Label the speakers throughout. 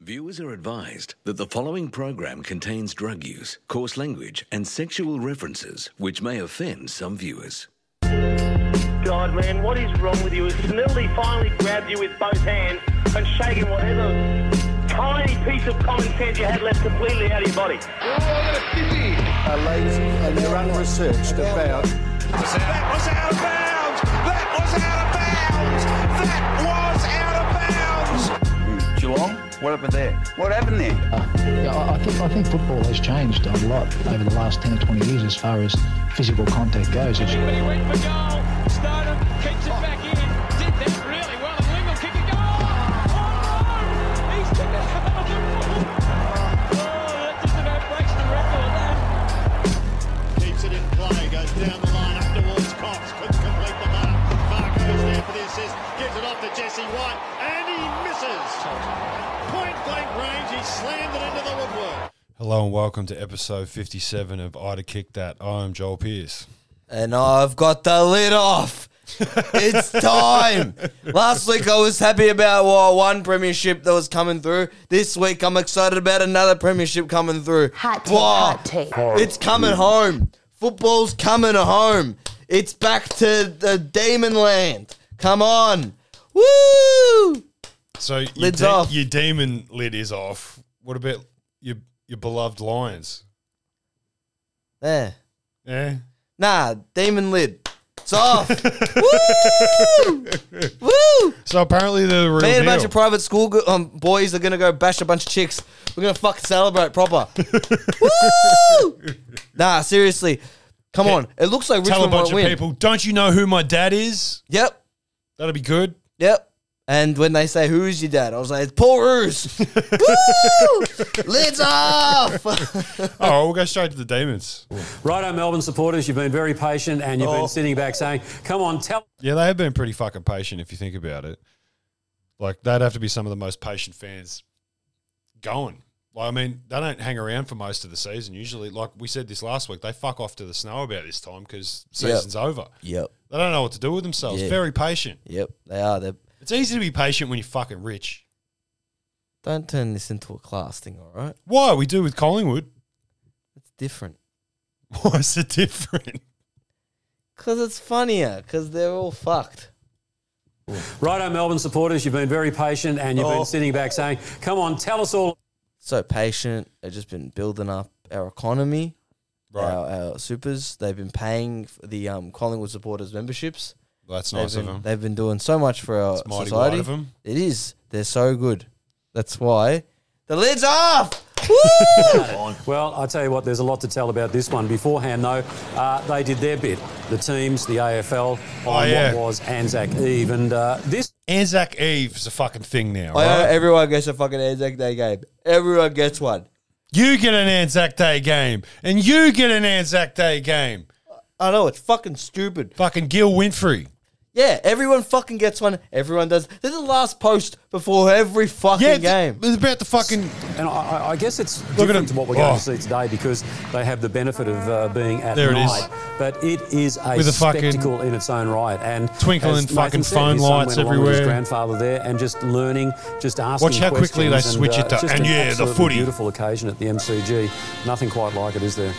Speaker 1: Viewers are advised that the following program contains drug use, coarse language, and sexual references, which may offend some viewers.
Speaker 2: God, man, what is wrong with you? Snilly finally grabbed you with both hands and shaken whatever tiny piece of common sense you had left completely out of your body.
Speaker 3: are lazy and they're unresearched about
Speaker 4: That was out of bounds. That was out of bounds. That was out of bounds.
Speaker 5: Geelong? What happened there? What happened there?
Speaker 6: Yeah, I I think I think football has changed a lot over the last ten or twenty years as far as physical contact goes. It's-
Speaker 7: He went for goal. Stodum kicks it back in. Did that really well. And Wingle kicked a goal. Oh, no! He's kicked it out of the ball. Oh, that just about breaks the record. That.
Speaker 8: Keeps it in play, goes down the line up towards Cox, couldn't complete the mark. Marco's there for the assist, gives it off to Jesse White, and he misses. Point blank range, he slammed it into the woodwork.
Speaker 9: Hello and welcome to episode 57 of Ida Kick That. I am Joel Pierce.
Speaker 10: And I've got the lid off. It's time. Last week I was happy about well, one premiership that was coming through. This week I'm excited about another premiership coming through.
Speaker 11: Hot take,
Speaker 10: Whoa.
Speaker 11: hot take.
Speaker 10: It's coming home. Football's coming home. It's back to the demon land. Come on. Woo!
Speaker 9: So your,
Speaker 10: Lid's off.
Speaker 9: your demon lid is off. What about your your beloved Lions?
Speaker 10: Yeah.
Speaker 9: Eh?
Speaker 10: Nah, demon lid. It's off. Woo! Woo!
Speaker 9: So apparently the real
Speaker 10: Me and a bunch
Speaker 9: deal.
Speaker 10: of private school go- um, boys are gonna go bash a bunch of chicks. We're gonna fucking celebrate proper. Woo! Nah, seriously, come on. It looks like
Speaker 9: Tell a
Speaker 10: Richmond
Speaker 9: bunch
Speaker 10: won't
Speaker 9: of
Speaker 10: win.
Speaker 9: people, don't you know who my dad is?
Speaker 10: Yep,
Speaker 9: That'll be good.
Speaker 10: yep. And when they say who's your dad, I was like, it's Paul Roos. Woo! Lids off.
Speaker 9: Oh, right, we'll go straight to the demons.
Speaker 7: Righto, Melbourne supporters, you've been very patient and you've
Speaker 10: Oh.
Speaker 7: been sitting back saying, come on, tell
Speaker 9: Yeah, they have been pretty fucking patient if you think about it. Like they'd have to be some of the most patient fans going. Like I mean, they don't hang around for most of the season usually. Like we said this last week, they fuck off to the snow about this time because season's over.
Speaker 10: yep,
Speaker 9: They don't know what to do with themselves.
Speaker 10: Yeah.
Speaker 9: Very patient.
Speaker 10: yep. They are. They
Speaker 9: It's easy to be patient when you're fucking rich.
Speaker 10: don't turn this into a class thing. All right,
Speaker 9: Why we do with Collingwood?
Speaker 10: it's different.
Speaker 9: Why is it different?
Speaker 10: Cause it's funnier. Cause they're all fucked.
Speaker 7: Righto, Melbourne supporters, you've been very patient and
Speaker 10: Oh.
Speaker 7: you've been sitting back saying, come on, tell us all
Speaker 10: so patient. They've just been building up our economy,
Speaker 9: Right.
Speaker 10: our, our supers. They've been paying for the um, Collingwood supporters memberships.
Speaker 9: That's nice
Speaker 10: they've,
Speaker 9: of
Speaker 10: been,
Speaker 9: them.
Speaker 10: they've been doing so much for our
Speaker 9: It's mighty
Speaker 10: society.
Speaker 9: white of 'em.
Speaker 10: It is. They're so good. That's why the lid's off. Woo!
Speaker 7: Well, I tell you what, there's a lot to tell about this one. Beforehand, though, uh, they did their bit. The teams, the AFL, on
Speaker 9: Oh, yeah.
Speaker 7: what was Anzac Eve. And uh, this
Speaker 9: Anzac Eve is a fucking thing now,
Speaker 10: I know
Speaker 9: right?
Speaker 10: everyone gets a fucking Anzac Day game. Everyone gets one.
Speaker 9: You get an Anzac Day game, and you get an Anzac Day game.
Speaker 10: I know it's fucking stupid.
Speaker 9: Fucking Gil Winfrey.
Speaker 10: Yeah, everyone fucking gets one. Everyone does. This is the last post before every fucking
Speaker 9: Yeah,
Speaker 10: game.
Speaker 9: It's about the fucking.
Speaker 7: And I- I, I guess it's
Speaker 9: You're
Speaker 7: different
Speaker 9: gonna-
Speaker 7: to what we're going
Speaker 9: oh.
Speaker 7: to see today because they have the benefit of uh, being at
Speaker 9: There it is.
Speaker 7: night. But it is a,
Speaker 9: With a fucking
Speaker 7: spectacle in its own right. And
Speaker 9: twinkling
Speaker 7: as Nathan
Speaker 9: fucking
Speaker 7: said,
Speaker 9: phone
Speaker 7: his son
Speaker 9: lights
Speaker 7: went along with His
Speaker 9: everywhere.
Speaker 7: grandfather there, and just learning, just asking.
Speaker 9: Watch how quickly they
Speaker 7: questions
Speaker 9: switch it to,
Speaker 7: it's just an
Speaker 9: "And yeah, the
Speaker 7: absolutely
Speaker 9: footy."
Speaker 7: Beautiful occasion at the MCG. Nothing quite like it, is there?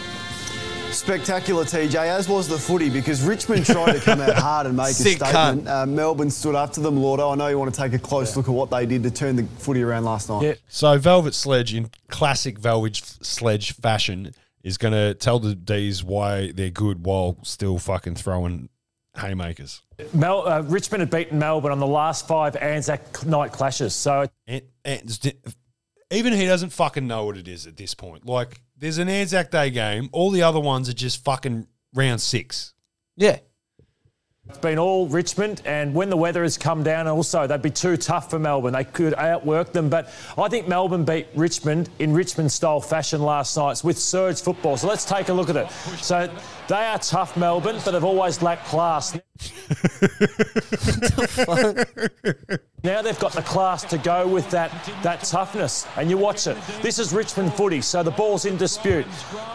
Speaker 5: Spectacular, TJ, as was the footy, because Richmond tried to come out hard and make a
Speaker 10: Sick
Speaker 5: statement. Uh, Melbourne stood up to them, Lordo. I know you want to take a close look at what they did to turn the footy around last night.
Speaker 9: So Velvet Sledge, in classic Velvet Sledge fashion, is going to tell the D's why they're good while still fucking throwing haymakers.
Speaker 2: Mel, uh, Richmond had beaten Melbourne on the last five Anzac night clashes, so
Speaker 9: And, and even he doesn't fucking know what it is at this point. Like, there's an Anzac Day game. All the other ones are just fucking round six.
Speaker 10: yeah.
Speaker 2: it's been all Richmond. And when the weather has come down, also they'd be too tough for Melbourne. They could outwork them, but I think Melbourne beat Richmond in Richmond-style fashion last night with surge football. So let's take a look at it. So they are tough, Melbourne, but they've always lacked class. Now they've got the class to go with that, that toughness, and you watch it. This is Richmond footy, so the ball's in dispute.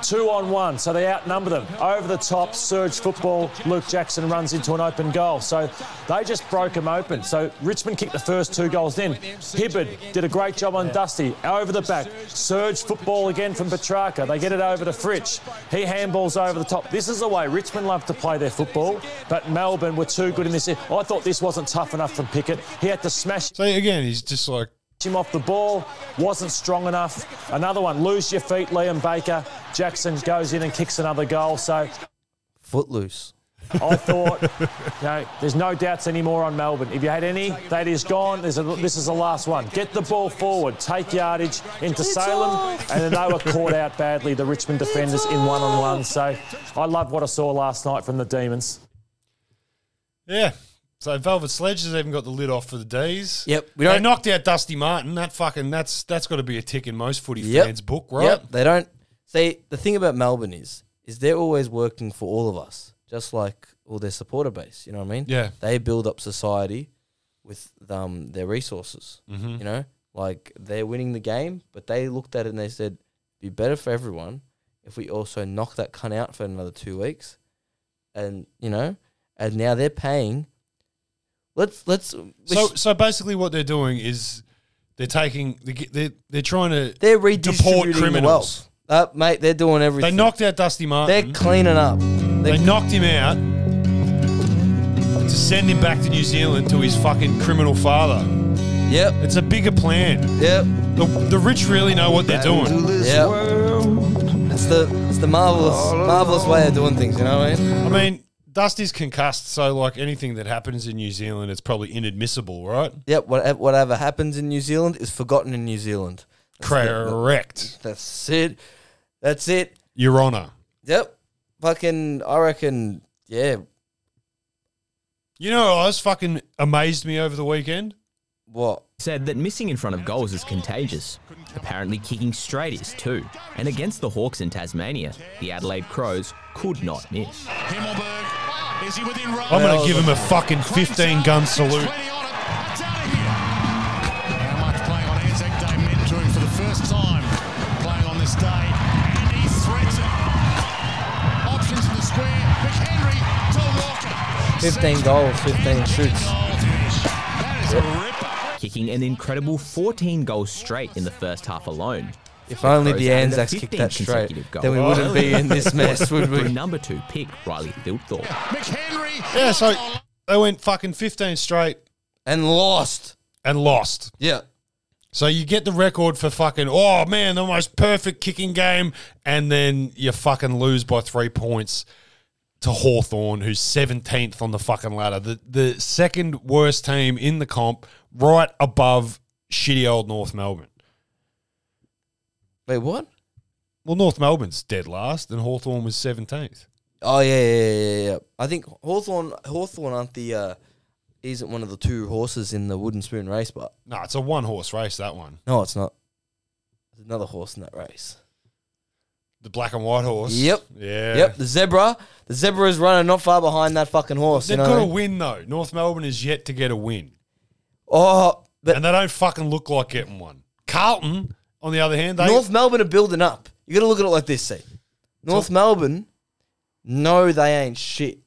Speaker 2: Two on one, so they outnumber them. Over the top, surge football. Luke Jackson runs into an open goal, so they just broke him open. So Richmond kicked the first two goals in. Hibbard did a great job on Dusty. Over the back, surge football again from Petrarca. They get it over to Fritsch. He handballs over the top. This is the way Richmond love to play their football, but Melbourne were too good in this. I thought this wasn't tough enough from Pickett. He had to smash
Speaker 9: So again, he's just like
Speaker 2: him off the ball, wasn't strong enough. Another one, lose your feet, Liam Baker. Jackson goes in and kicks another goal. So
Speaker 10: Footloose.
Speaker 2: I thought, you know, there's no doubts anymore on Melbourne. If you had any, that is gone. There's a, this is the last one. Get the ball forward, take yardage into Salem, and then they were caught out badly, the Richmond defenders, in one on one. So I love what I saw last night from the Demons.
Speaker 9: Yeah. So Velvet Sledge has even got the lid off for the D's.
Speaker 10: Yep, we
Speaker 9: they
Speaker 10: don't-
Speaker 9: knocked out Dusty Martin. That fucking that's that's got to be a tick in most footy
Speaker 10: Yep.
Speaker 9: fans' book, right?
Speaker 10: Yep. They don't. See, the thing about Melbourne is, is they're always working for all of us, just like all their supporter base. You know what I mean?
Speaker 9: Yeah.
Speaker 10: They build up society with um their resources.
Speaker 9: Mm-hmm.
Speaker 10: You know, like they're winning the game, but they looked at it and they said, "Be better for everyone if we also knock that cunt out for another two weeks." And you know, and now they're paying. Let's let's.
Speaker 9: So so basically, what they're doing is they're taking they're they're, they're trying to
Speaker 10: they're redistributing the
Speaker 9: criminals.
Speaker 10: wealth. Uh, mate, they're doing everything.
Speaker 9: They knocked out Dusty
Speaker 10: They're
Speaker 9: Martin.
Speaker 10: cleaning up.
Speaker 9: Mm-hmm. They
Speaker 10: They're,
Speaker 9: knocked him out to send him back to New Zealand to his fucking criminal father.
Speaker 10: yep,
Speaker 9: It's a bigger plan.
Speaker 10: yep,
Speaker 9: The, the rich really know what they're doing.
Speaker 10: yep. It's the it's the marvelous marvelous way of doing things. You know what I mean?
Speaker 9: I mean, Dusty's concussed, so like anything that happens in New Zealand, it's probably inadmissible, right?
Speaker 10: Yep. Whatever, whatever happens in New Zealand is forgotten in New Zealand.
Speaker 9: Correct,
Speaker 10: That's it. That's it.
Speaker 9: Your Honor.
Speaker 10: Yep. Fucking. I reckon. Yeah.
Speaker 9: You know, what was fucking amazed me over the weekend.
Speaker 10: What?
Speaker 11: said that missing in front of goals is contagious. Apparently, kicking straight is too. And against the Hawks in Tasmania, the Adelaide Crows could not miss.
Speaker 4: Himmelberg, is he within range?
Speaker 9: I'm gonna give him a fucking 15 Oh, gun salute.
Speaker 4: Plenty on it. That's out of here. How much playing on Anzac Day meant to him for the first time playing on this day. And he threats it. Options in the square. McHenry to Walker.
Speaker 10: 15 goals, 15 shoots.
Speaker 4: That is a ripper.
Speaker 11: Kicking an incredible 14 goals straight in the first half alone.
Speaker 10: If only the
Speaker 11: Crows added
Speaker 10: Anzacs
Speaker 11: a
Speaker 10: kicked
Speaker 11: 15
Speaker 10: that straight,
Speaker 11: consecutive goal.
Speaker 10: then we wouldn't be in this mess, would
Speaker 11: For
Speaker 10: we?
Speaker 11: number two pick, Riley Thilthorpe.
Speaker 4: McHenry.
Speaker 9: Yeah, so they went fucking 15 straight
Speaker 10: And lost.
Speaker 9: and lost.
Speaker 10: Yeah.
Speaker 9: So you get the record for fucking oh man, the most perfect kicking game, and then you fucking lose by three points to Hawthorn, who's seventeenth on the fucking ladder. The the second worst team in the comp, right above shitty old North Melbourne.
Speaker 10: Wait, what?
Speaker 9: Well, North Melbourne's dead last, and Hawthorn was seventeenth.
Speaker 10: Oh yeah, yeah, yeah, yeah, yeah. I think Hawthorn Hawthorn aren't the uh, isn't one of the two horses in the wooden spoon race, but
Speaker 9: No, it's a one horse race, that one.
Speaker 10: no, it's not. There's another horse in that race.
Speaker 9: The black and white horse.
Speaker 10: Yep.
Speaker 9: Yeah.
Speaker 10: Yep, the zebra. The zebra is running not far behind that fucking horse.
Speaker 9: They've
Speaker 10: you know
Speaker 9: got
Speaker 10: what I
Speaker 9: a
Speaker 10: mean?
Speaker 9: win though. North Melbourne is yet to get a win.
Speaker 10: Oh, but
Speaker 9: and they don't fucking look like getting one. Carlton, on the other hand, they
Speaker 10: North Melbourne are building up. You got to look at it like this. See, North Melbourne, no, they ain't shit.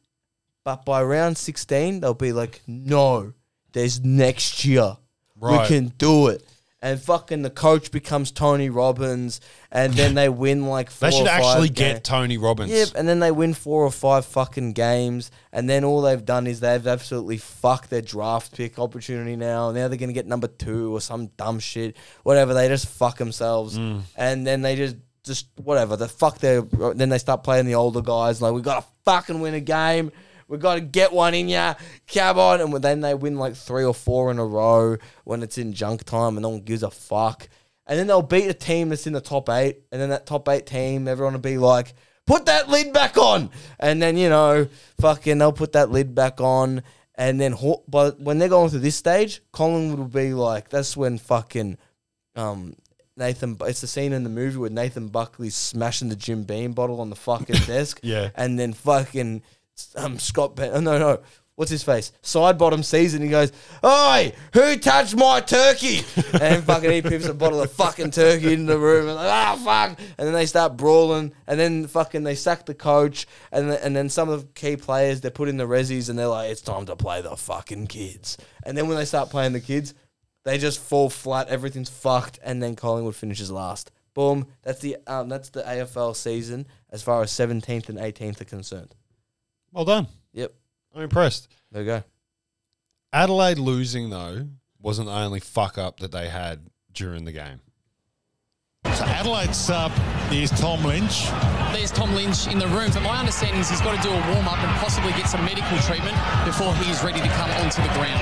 Speaker 10: But by round sixteen, they'll be like, no, there's next year.
Speaker 9: Right.
Speaker 10: We can do it. And fucking the coach becomes Tony Robbins, and then they win like four.
Speaker 9: they should
Speaker 10: or five
Speaker 9: actually
Speaker 10: games.
Speaker 9: get Tony Robbins.
Speaker 10: Yep, and then they win four or five fucking games, and then all they've done is they've absolutely fucked their draft pick opportunity now. Now they're gonna get number two or some dumb shit, whatever. They just fuck themselves, and then they just just whatever. They fuck their. Then they start playing the older guys like we gotta fucking win a game. We gotta get one in ya, cab on, and then they win like three or four in a row when it's in junk time, and no one gives a fuck. And then they'll beat a team that's in the top eight, and then that top eight team, everyone will be like, put that lid back on. And then, you know, fucking they'll put that lid back on. And then, Haw- but when they're going through this stage, Collingwood will be like, that's when fucking um, Nathan, it's the scene in the movie where Nathan Buckley's smashing the Jim Beam bottle on the fucking desk.
Speaker 9: Yeah.
Speaker 10: And then fucking um, Scott Ben, oh, no, no, what's his face? Side bottom season. He goes, Oi, who touched my turkey? And fucking he pips a bottle of fucking turkey into the room and like, ah fuck. And then they start brawling and then fucking they sack the coach and th- and then some of the key players they put in the resis and they're like, It's time to play the fucking kids. And then when they start playing the kids, they just fall flat, everything's fucked, and then Collingwood finishes last. Boom. That's the um, that's the AFL season as far as seventeenth and eighteenth are concerned.
Speaker 9: Well done.
Speaker 10: Yep.
Speaker 9: I'm impressed.
Speaker 10: There you go.
Speaker 9: Adelaide losing though wasn't the only fuck up that they had during the game.
Speaker 4: So Adelaide sub is Tom Lynch.
Speaker 12: There's Tom Lynch in the room. From my understanding, is he's got to do a warm up and possibly get some medical treatment before he is ready to come onto the ground.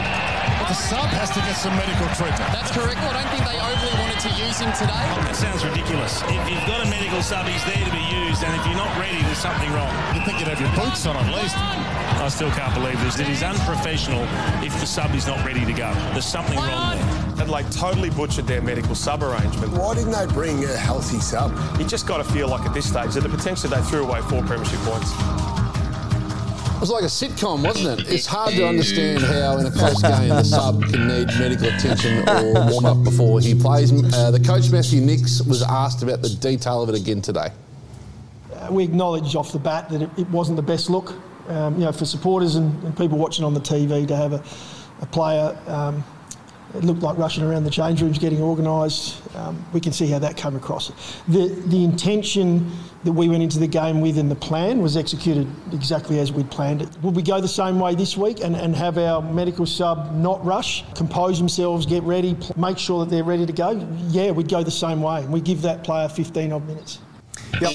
Speaker 4: But the sub has to get some medical treatment.
Speaker 12: That's correct. I don't think they overly wanted to use him today.
Speaker 13: That sounds ridiculous. If you've got a medical sub, he's there to be used, and if you're not ready, there's something wrong.
Speaker 4: You'd think you'd have your boots on at least.
Speaker 13: I still can't believe this. It is unprofessional if the sub is not ready to go. There's something wrong there.
Speaker 14: And like totally butchered their medical sub arrangement.
Speaker 15: Why didn't they bring a healthy sub?
Speaker 14: You just got to feel like at this stage that the potential they threw away four premiership points.
Speaker 3: It was like a sitcom, wasn't it? It's hard to understand how, in a close game, the sub can need medical attention or warm up before he plays. Uh, the coach, Matthew Nix, was asked about the detail of it again today.
Speaker 16: Uh, we acknowledged off the bat that it, it wasn't the best look, um, you know, for supporters and, and, people watching on the TV to have a, a player. Um, it looked like rushing around the change rooms, getting organised. Um, we can see how that came across. The, the intention that we went into the game with and the plan was executed exactly as we'd planned it. Would we go the same way this week and, and have our medical sub not rush, compose themselves, get ready, pl- make sure that they're ready to go? Yeah, we'd go the same way. We give that player 15 odd minutes. Yep.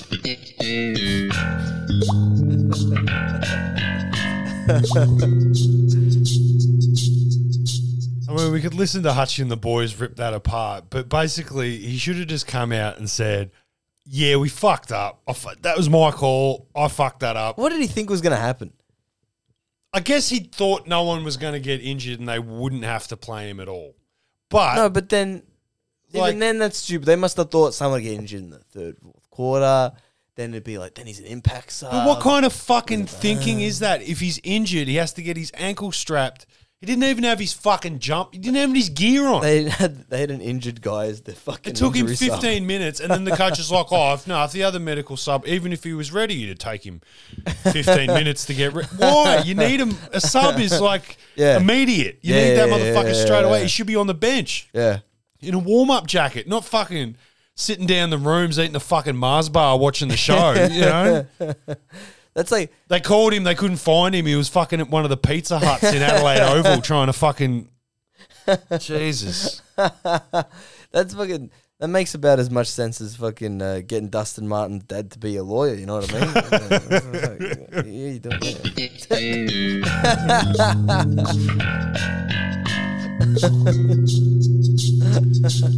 Speaker 9: I mean, we could listen to Hutchie and the boys rip that apart, but basically, he should have just come out and said, "Yeah, we fucked up. I fu- that was my call. I fucked that up."
Speaker 10: What did he think was going to happen?
Speaker 9: I guess he thought no one was going to get injured and they wouldn't have to play him at all. But
Speaker 10: no, but then
Speaker 9: Like-
Speaker 10: even then, that's stupid. They must have thought someone would get injured in the third, fourth quarter. Then it'd be like, then he's an impact sub.
Speaker 9: But what kind of fucking thinking is
Speaker 10: um,
Speaker 9: that? If he's injured, he has to get his ankle strapped. He didn't even have his fucking jump. He didn't have his gear on.
Speaker 10: They had they had an injured guy as their fucking.
Speaker 9: It took him
Speaker 10: injury sub.
Speaker 9: 15 minutes, and then the coach is like, "Oh, if, no, if the other medical sub, even if he was ready, you'd take him 15 minutes to get ready. Why? You need him. A sub is like
Speaker 10: Yeah.
Speaker 9: immediate. You
Speaker 10: Yeah,
Speaker 9: need that
Speaker 10: yeah,
Speaker 9: motherfucker
Speaker 10: yeah, yeah,
Speaker 9: straight away.
Speaker 10: yeah.
Speaker 9: He should be on the bench
Speaker 10: Yeah.
Speaker 9: in a warm-up jacket, not fucking sitting down the rooms eating a fucking Mars bar watching the show. you know."
Speaker 10: That's like
Speaker 9: they called him. They couldn't find him. He was fucking at one of the Pizza Huts in Adelaide Oval trying to fucking Jesus.
Speaker 10: That's fucking. That makes about as much sense as fucking uh, getting Dustin Martin's dad to be a lawyer. You know what I mean? yeah, you don't.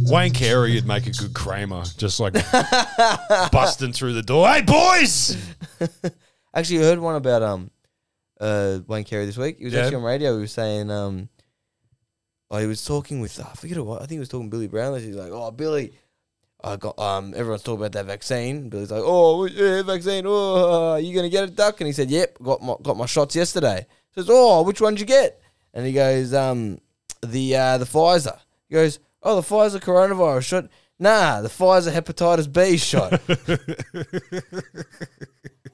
Speaker 9: Wayne Carey would make a good Kramer, just like busting through the door. Hey, boys!
Speaker 10: actually, I heard one about um, uh, Wayne Carey this week. He was
Speaker 9: Yeah.
Speaker 10: actually on radio. He was saying um, oh, he was talking with uh, I forget what. I think he was talking to Billy Brown. He's like, oh, Billy. I got um. Everyone's talking about that vaccine. Billy's like, "Oh, yeah, vaccine. Oh, you gonna get it, duck?" And he said, "Yep, got my got my shots yesterday." Says, "Oh, which one would you get?" And he goes, "Um, the uh, the Pfizer." He goes, "Oh, the Pfizer coronavirus shot." Nah, the Pfizer hepatitis B shot.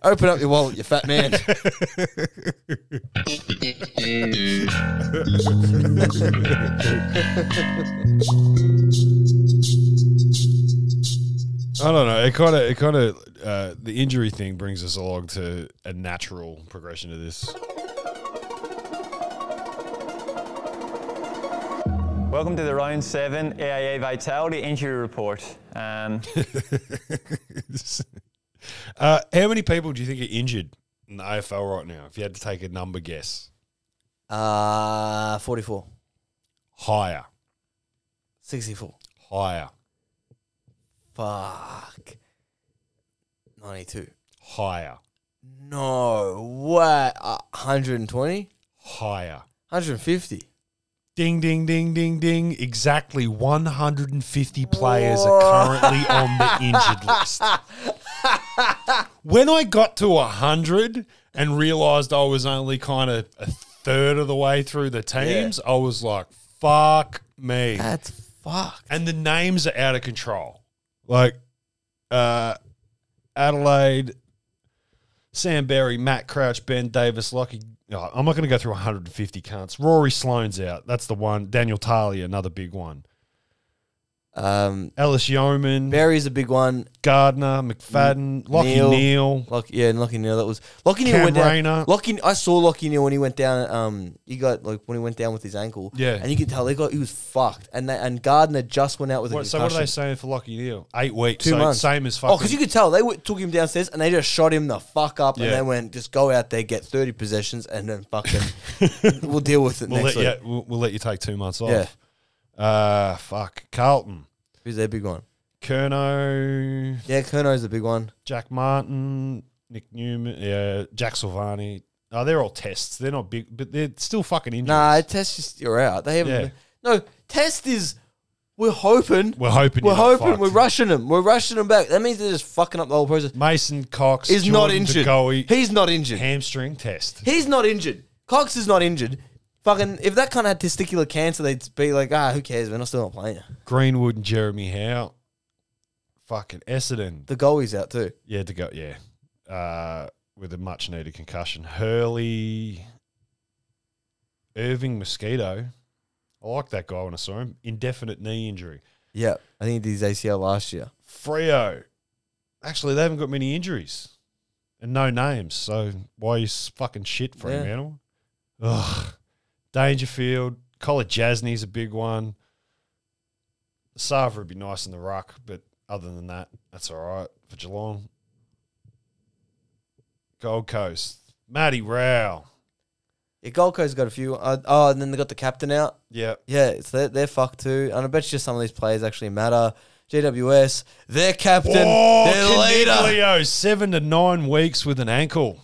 Speaker 10: Open up your wallet, you fat man.
Speaker 9: I don't know. It kind of, it kind of, uh, the injury thing brings us along to a natural progression of this.
Speaker 17: Welcome to the round seven AIA Vitality Injury Report. Um,
Speaker 9: Uh, how many people do you think are injured in the AFL right now? If you had to take a number guess,
Speaker 10: Uh, forty-four,
Speaker 9: higher,
Speaker 10: sixty-four,
Speaker 9: higher,
Speaker 10: fuck, ninety-two.
Speaker 9: higher,
Speaker 10: No way. Uh, 120?
Speaker 9: higher.
Speaker 10: 150.
Speaker 9: Ding, ding, ding, ding, ding. Exactly 150 players are currently on the injured list. When I got to 100 and realized I was only kind of a third of the way through the teams, I was like, fuck me. That's
Speaker 10: fucked.
Speaker 9: And the names are out of control. Like uh, Adelaide, Sam Berry, Matt Crouch, Ben Davis, Lockie. oh, I'm not going to go through 150 cunts. Rory Sloan's out. That's the one. Daniel Tarley, another big one.
Speaker 10: Um,
Speaker 9: Ellis Yeoman.
Speaker 10: Berry's a big one.
Speaker 9: Gardner, McFadden, Lockie Neal.
Speaker 10: Lock, yeah, and Lockie Neal. That was Lockie Neal
Speaker 9: Cam
Speaker 10: went down.
Speaker 9: Rayner.
Speaker 10: Lockie, I saw Lockie Neal when he went down. Um, he got like when he went down with his ankle.
Speaker 9: Yeah.
Speaker 10: and you could tell he got he was fucked. And they, and Gardner just went out with a
Speaker 9: What- so
Speaker 10: concussion.
Speaker 9: what are they saying for Lockie Neal? Eight weeks.
Speaker 10: Two
Speaker 9: so
Speaker 10: months.
Speaker 9: Same as fucking.
Speaker 10: Oh, because you could tell they w- took him downstairs and they just shot him the fuck up,
Speaker 9: Yeah.
Speaker 10: and they went just go out there, get thirty possessions, and then fucking we'll deal with it
Speaker 9: we'll
Speaker 10: next
Speaker 9: let,
Speaker 10: week.
Speaker 9: yeah, we'll, we'll let you take two months off.
Speaker 10: Yeah.
Speaker 9: Uh, fuck. Carlton.
Speaker 10: Who's their big one?
Speaker 9: Kerno.
Speaker 10: Yeah, Kerno's the big one.
Speaker 9: Jack Martin, Nick Newman, yeah, Jack Silvani. Oh, they're all tests. They're not big, but they're still fucking injured.
Speaker 10: Nah, Test just you're out. They haven't.
Speaker 9: Yeah.
Speaker 10: No, Test is. We're hoping.
Speaker 9: We're hoping
Speaker 10: We're
Speaker 9: you're not
Speaker 10: hoping.
Speaker 9: fucked.
Speaker 10: We're rushing him. We're rushing him back. That means they're just fucking up the whole process.
Speaker 9: Mason Cox
Speaker 10: is not
Speaker 9: Jordan
Speaker 10: injured.
Speaker 9: DeGoey.
Speaker 10: He's not injured.
Speaker 9: Hamstring test.
Speaker 10: He's not injured. Cox is not injured. Fucking, if that kind of had testicular cancer, they'd be like, ah, who cares? We're not still not playing.
Speaker 9: Greenwood and Jeremy Howe. Fucking Essendon.
Speaker 10: The goalie's out too.
Speaker 9: Yeah, to go. Yeah, uh, with a much needed concussion. Hurley, Irving Mosquito. I like that guy when I saw him. Indefinite knee injury.
Speaker 10: Yeah, I think he did his ACL last year.
Speaker 9: Frio. Actually, they haven't got many injuries and no names. So why you s- fucking shit for
Speaker 10: Yeah.
Speaker 9: him, animal? Ugh. Dangerfield. Collar Jasney's a big one. Sava would be nice in the ruck, but other than that, that's all right for Geelong. Gold Coast. Matty Rao.
Speaker 10: Yeah, Gold Coast got a few. Uh, oh, and then they got the captain out.
Speaker 9: Yeah.
Speaker 10: Yeah, so they're, they're fucked too. And I bet you some of these players actually matter. GWS, their captain, their leader.
Speaker 9: Caniglio, seven to nine weeks with an ankle.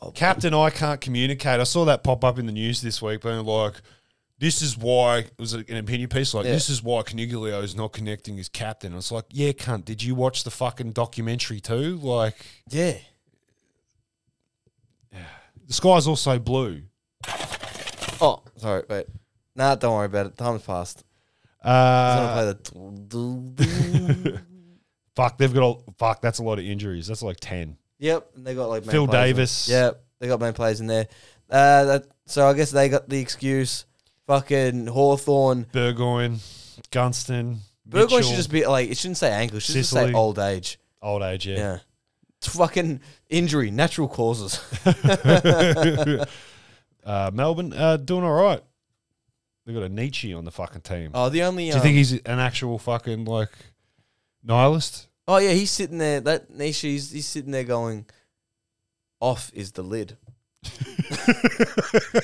Speaker 10: Oh,
Speaker 9: Captain, I can't communicate. I saw that pop up in the news this week, being like, this is why, it was an opinion piece, like,
Speaker 10: Yeah.
Speaker 9: this is why Caniglio is not connecting his captain. I was like, yeah, cunt, did you watch the fucking documentary too? Like,
Speaker 10: yeah.
Speaker 9: The sky's also blue.
Speaker 10: Oh, sorry, wait. Nah, don't worry about it. Time's passed.
Speaker 9: Uh,
Speaker 10: He's gonna play the.
Speaker 9: fuck, they've got all, fuck, that's a lot of injuries. That's like 10.
Speaker 10: yep, and they got like main
Speaker 9: Phil
Speaker 10: players in-
Speaker 9: Davis.
Speaker 10: Yep, they got main players in there. Uh, that, so I guess they got the excuse. Fucking Hawthorne.
Speaker 9: Burgoyne, Gunston.
Speaker 10: Burgoyne
Speaker 9: Mitchell.
Speaker 10: should just be like it shouldn't say ankle. It should just
Speaker 9: Sicily.
Speaker 10: say old age.
Speaker 9: Old age, yeah.
Speaker 10: Yeah. It's fucking injury, natural causes.
Speaker 9: uh, Melbourne uh, doing all right. They've got a Nietzsche on the fucking team.
Speaker 10: Oh, the only,
Speaker 9: Do you think
Speaker 10: um,
Speaker 9: he's an actual fucking like nihilist?
Speaker 10: oh yeah, he's sitting there. That Nishi's he's sitting there going, "Off is the lid."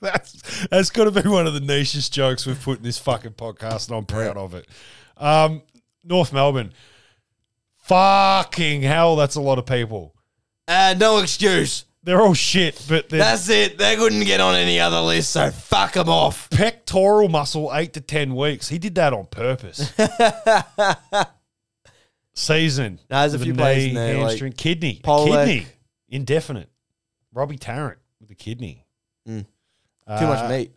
Speaker 9: that's that's got to be one of the nichest jokes we've put in this fucking podcast, and I'm proud of it. Um, North Melbourne, fucking hell, that's a lot of people.
Speaker 10: Uh, no excuse.
Speaker 9: They're all shit, but they're-
Speaker 10: That's it. They couldn't get on any other list, so fuck them off.
Speaker 9: Pectoral muscle, eight to ten weeks. He did that on purpose. Season.
Speaker 10: Nah, there's a
Speaker 9: with
Speaker 10: few players in
Speaker 9: knee,
Speaker 10: there, like
Speaker 9: hamstring, kidney,
Speaker 10: Pollock.
Speaker 9: kidney, indefinite. Robbie Tarrant with a kidney.
Speaker 10: Mm.
Speaker 9: Uh,
Speaker 10: Too much meat.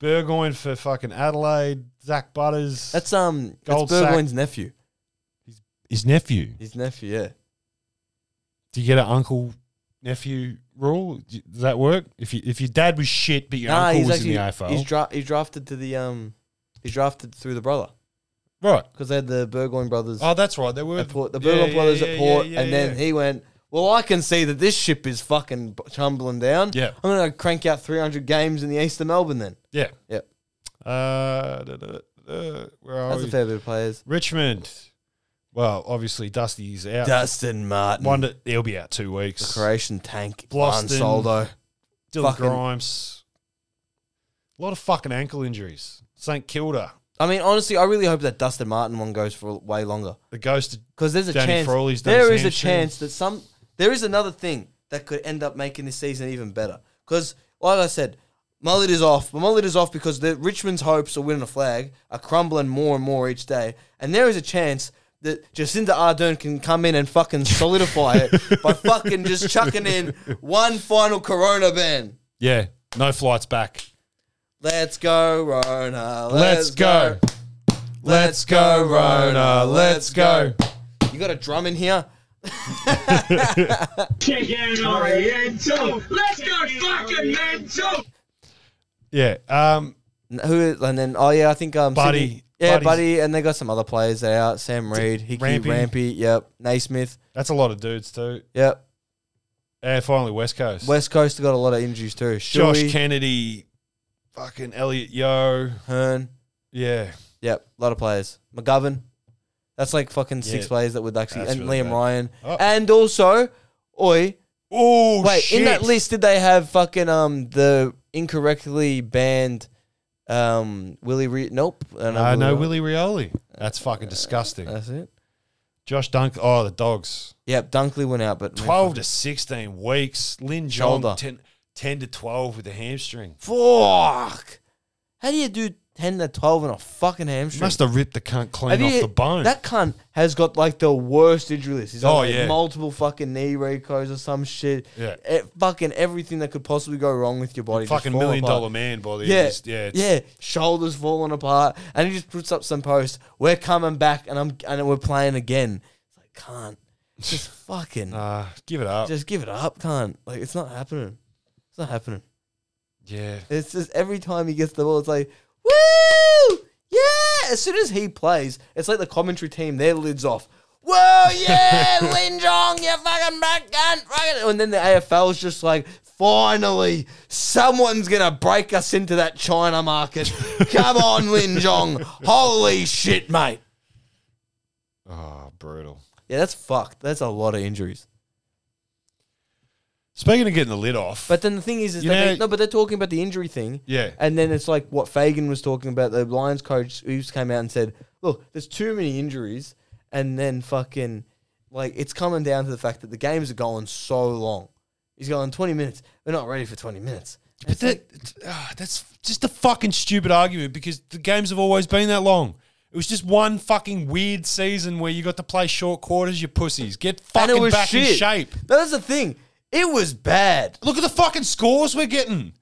Speaker 9: Burgoyne for fucking Adelaide. Zach Butters.
Speaker 10: That's um,
Speaker 9: Gold
Speaker 10: that's Burgoyne's nephew.
Speaker 9: His nephew.
Speaker 10: His nephew, yeah.
Speaker 9: Do you get an uncle nephew rule? Do- Does that work? If you, if your dad was shit, but your uncle was in the AFL,
Speaker 10: he's, dra- he's drafted to the um, he's drafted through the brother.
Speaker 9: Right.
Speaker 10: Because they had the Burgoyne brothers.
Speaker 9: Oh, that's right. They were
Speaker 10: at Port, the
Speaker 9: yeah,
Speaker 10: Burgoyne
Speaker 9: yeah,
Speaker 10: brothers
Speaker 9: yeah,
Speaker 10: at Port,
Speaker 9: yeah,
Speaker 10: and
Speaker 9: yeah,
Speaker 10: then he went. Well, I can see that this ship is fucking b- tumbling down.
Speaker 9: Yeah.
Speaker 10: I'm gonna crank out 300 games in the east of Melbourne then.
Speaker 9: yeah,
Speaker 10: Yep.
Speaker 9: Uh, da, da, da, where are
Speaker 10: That's a
Speaker 9: we?
Speaker 10: fair bit of players.
Speaker 9: Richmond. Well, obviously Dusty's out.
Speaker 10: Dustin Martin.
Speaker 9: One that he'll be out two weeks.
Speaker 10: The Croatian tank.
Speaker 9: Bloston,
Speaker 10: Ansoldo.
Speaker 9: Dylan
Speaker 10: Fucking-
Speaker 9: Grimes. A lot of fucking ankle injuries. St Kilda.
Speaker 10: I mean, honestly, I really hope that Dustin Martin one goes for way longer.
Speaker 9: The ghost
Speaker 10: because there's a
Speaker 9: Danny
Speaker 10: chance.
Speaker 9: Frawley's done
Speaker 10: there is
Speaker 9: his
Speaker 10: a
Speaker 9: hamstring.
Speaker 10: chance that some. There is another thing that could end up making this season even better. Because, like I said, Mullet is off, but Mullet is off because the Richmond's hopes of winning a flag are crumbling more and more each day, and there is a chance. That Jacinda Ardern can come in and fucking solidify it by fucking just chucking in one final Corona ban.
Speaker 9: Yeah. No flights back.
Speaker 10: Let's go, Rona.
Speaker 9: Let's go. Let's go, Rona. Let's go.
Speaker 10: You got a drum in here?
Speaker 7: Chicken Oriental. Let's go fucking mental.
Speaker 9: Yeah. Um.
Speaker 10: Who and then? Oh yeah, I think um.
Speaker 9: Buddy.
Speaker 10: Sydney- yeah,
Speaker 9: Buddy's-
Speaker 10: buddy, and they got some other players there. out. Sam Reed, Hickey,
Speaker 9: Rampy.
Speaker 10: Rampy. yep, Naismith.
Speaker 9: That's a lot of dudes too.
Speaker 10: Yep.
Speaker 9: And finally, West Coast.
Speaker 10: West Coast got a lot of injuries too.
Speaker 9: Josh
Speaker 10: Shuey,
Speaker 9: Kennedy, fucking Elliot Yo,
Speaker 10: Hearn.
Speaker 9: Yeah.
Speaker 10: Yep, a lot of players. McGovern. That's like fucking six
Speaker 9: Yeah,
Speaker 10: players that would actually,
Speaker 9: that's
Speaker 10: and
Speaker 9: really
Speaker 10: Liam
Speaker 9: bad.
Speaker 10: Ryan, and also, oi.
Speaker 9: Oh
Speaker 10: Wait, in that
Speaker 9: shit.
Speaker 10: list, did they have fucking um the incorrectly banned um Willie? Re- nope. I don't know
Speaker 9: Uh,
Speaker 10: who
Speaker 9: no,
Speaker 10: it was.
Speaker 9: Willie Rioli. That's fucking disgusting.
Speaker 10: That's it.
Speaker 9: Josh Dunk. Oh, the dogs.
Speaker 10: Yep, Dunkley went out, but
Speaker 9: 12 to 16 weeks. Lynn John,
Speaker 10: Shoulder.
Speaker 9: 10, 10 to 12 with the hamstring.
Speaker 10: Fuck. How do you do ten to twelve on a fucking hamstring?
Speaker 9: Must have ripped the cunt clean
Speaker 10: Have
Speaker 9: off
Speaker 10: you-
Speaker 9: the bone.
Speaker 10: That cunt has got like the worst injury list. He's
Speaker 9: Oh,
Speaker 10: oh, like
Speaker 9: yeah.
Speaker 10: multiple fucking knee recos or some shit.
Speaker 9: Yeah.
Speaker 10: Eh, fucking everything that could possibly go wrong with your body. just
Speaker 9: Fucking
Speaker 10: falling
Speaker 9: million
Speaker 10: apart.
Speaker 9: dollar man by the
Speaker 10: yeah.
Speaker 9: end. Just- yeah, it's-
Speaker 10: yeah. Shoulders falling apart. And he just puts up some posts. We're coming back and I'm and we're playing again. It's like, can't. Just fucking
Speaker 9: Nah, uh, give it up.
Speaker 10: Just give it up, can't. Like it's not happening. It's not happening.
Speaker 9: yeah.
Speaker 10: It's just every time he gets the ball, it's like, woo! Yeah! As soon as he plays, it's like the commentary team, their lids off. Whoa, yeah! Lin Jong, you fucking back gun! fucking-" And then the AFL's just like, finally, someone's gonna break us into that China market. Come on, Lin Jong. Holy shit, mate.
Speaker 9: Oh, brutal.
Speaker 10: Yeah, that's fucked. That's a lot of injuries.
Speaker 9: Speaking of getting the lid off.
Speaker 10: But then the thing is, is
Speaker 9: You
Speaker 10: they
Speaker 9: know-
Speaker 10: make- no, but they're talking about the injury thing.
Speaker 9: Yeah.
Speaker 10: And then it's like what Fagan was talking about. The Lions coach who just came out and said, look, there's too many injuries. And then fucking, like, it's coming down to the fact that the games are going so long. He's going 20 minutes. We're not ready for 20 minutes.
Speaker 9: But that, ah, that's just a fucking stupid argument because the games have always been that long. It was just one fucking weird season where you got to play short quarters, you pussies. Get
Speaker 10: And it
Speaker 9: fucking
Speaker 10: was
Speaker 9: back in
Speaker 10: shit.
Speaker 9: shape.
Speaker 10: That's the thing. It was bad.
Speaker 9: Look at the fucking scores we're getting.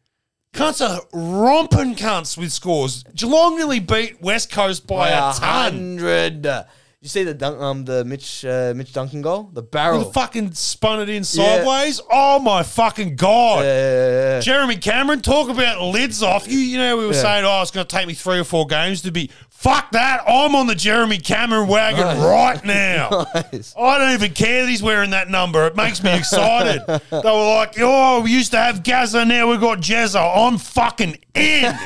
Speaker 9: Cunts are romping cunts with scores. Geelong nearly beat West Coast by, a ton.
Speaker 10: hundred. You see the dunk, um, the Mitch, uh, Mitch Duncan goal, the barrel.
Speaker 9: With the fucking spun it in sideways. Oh my fucking god! Jeremy Cameron, talk about lids off. You, you know, we were
Speaker 10: Yeah.
Speaker 9: saying, oh, it's going to take me three or four games to be. Fuck that! I'm on the Jeremy Cameron wagon
Speaker 10: Nice.
Speaker 9: right now. I don't even care that he's wearing that number. It makes me excited. they were like, oh, we used to have Gaza, now we got Jezza. I'm fucking in.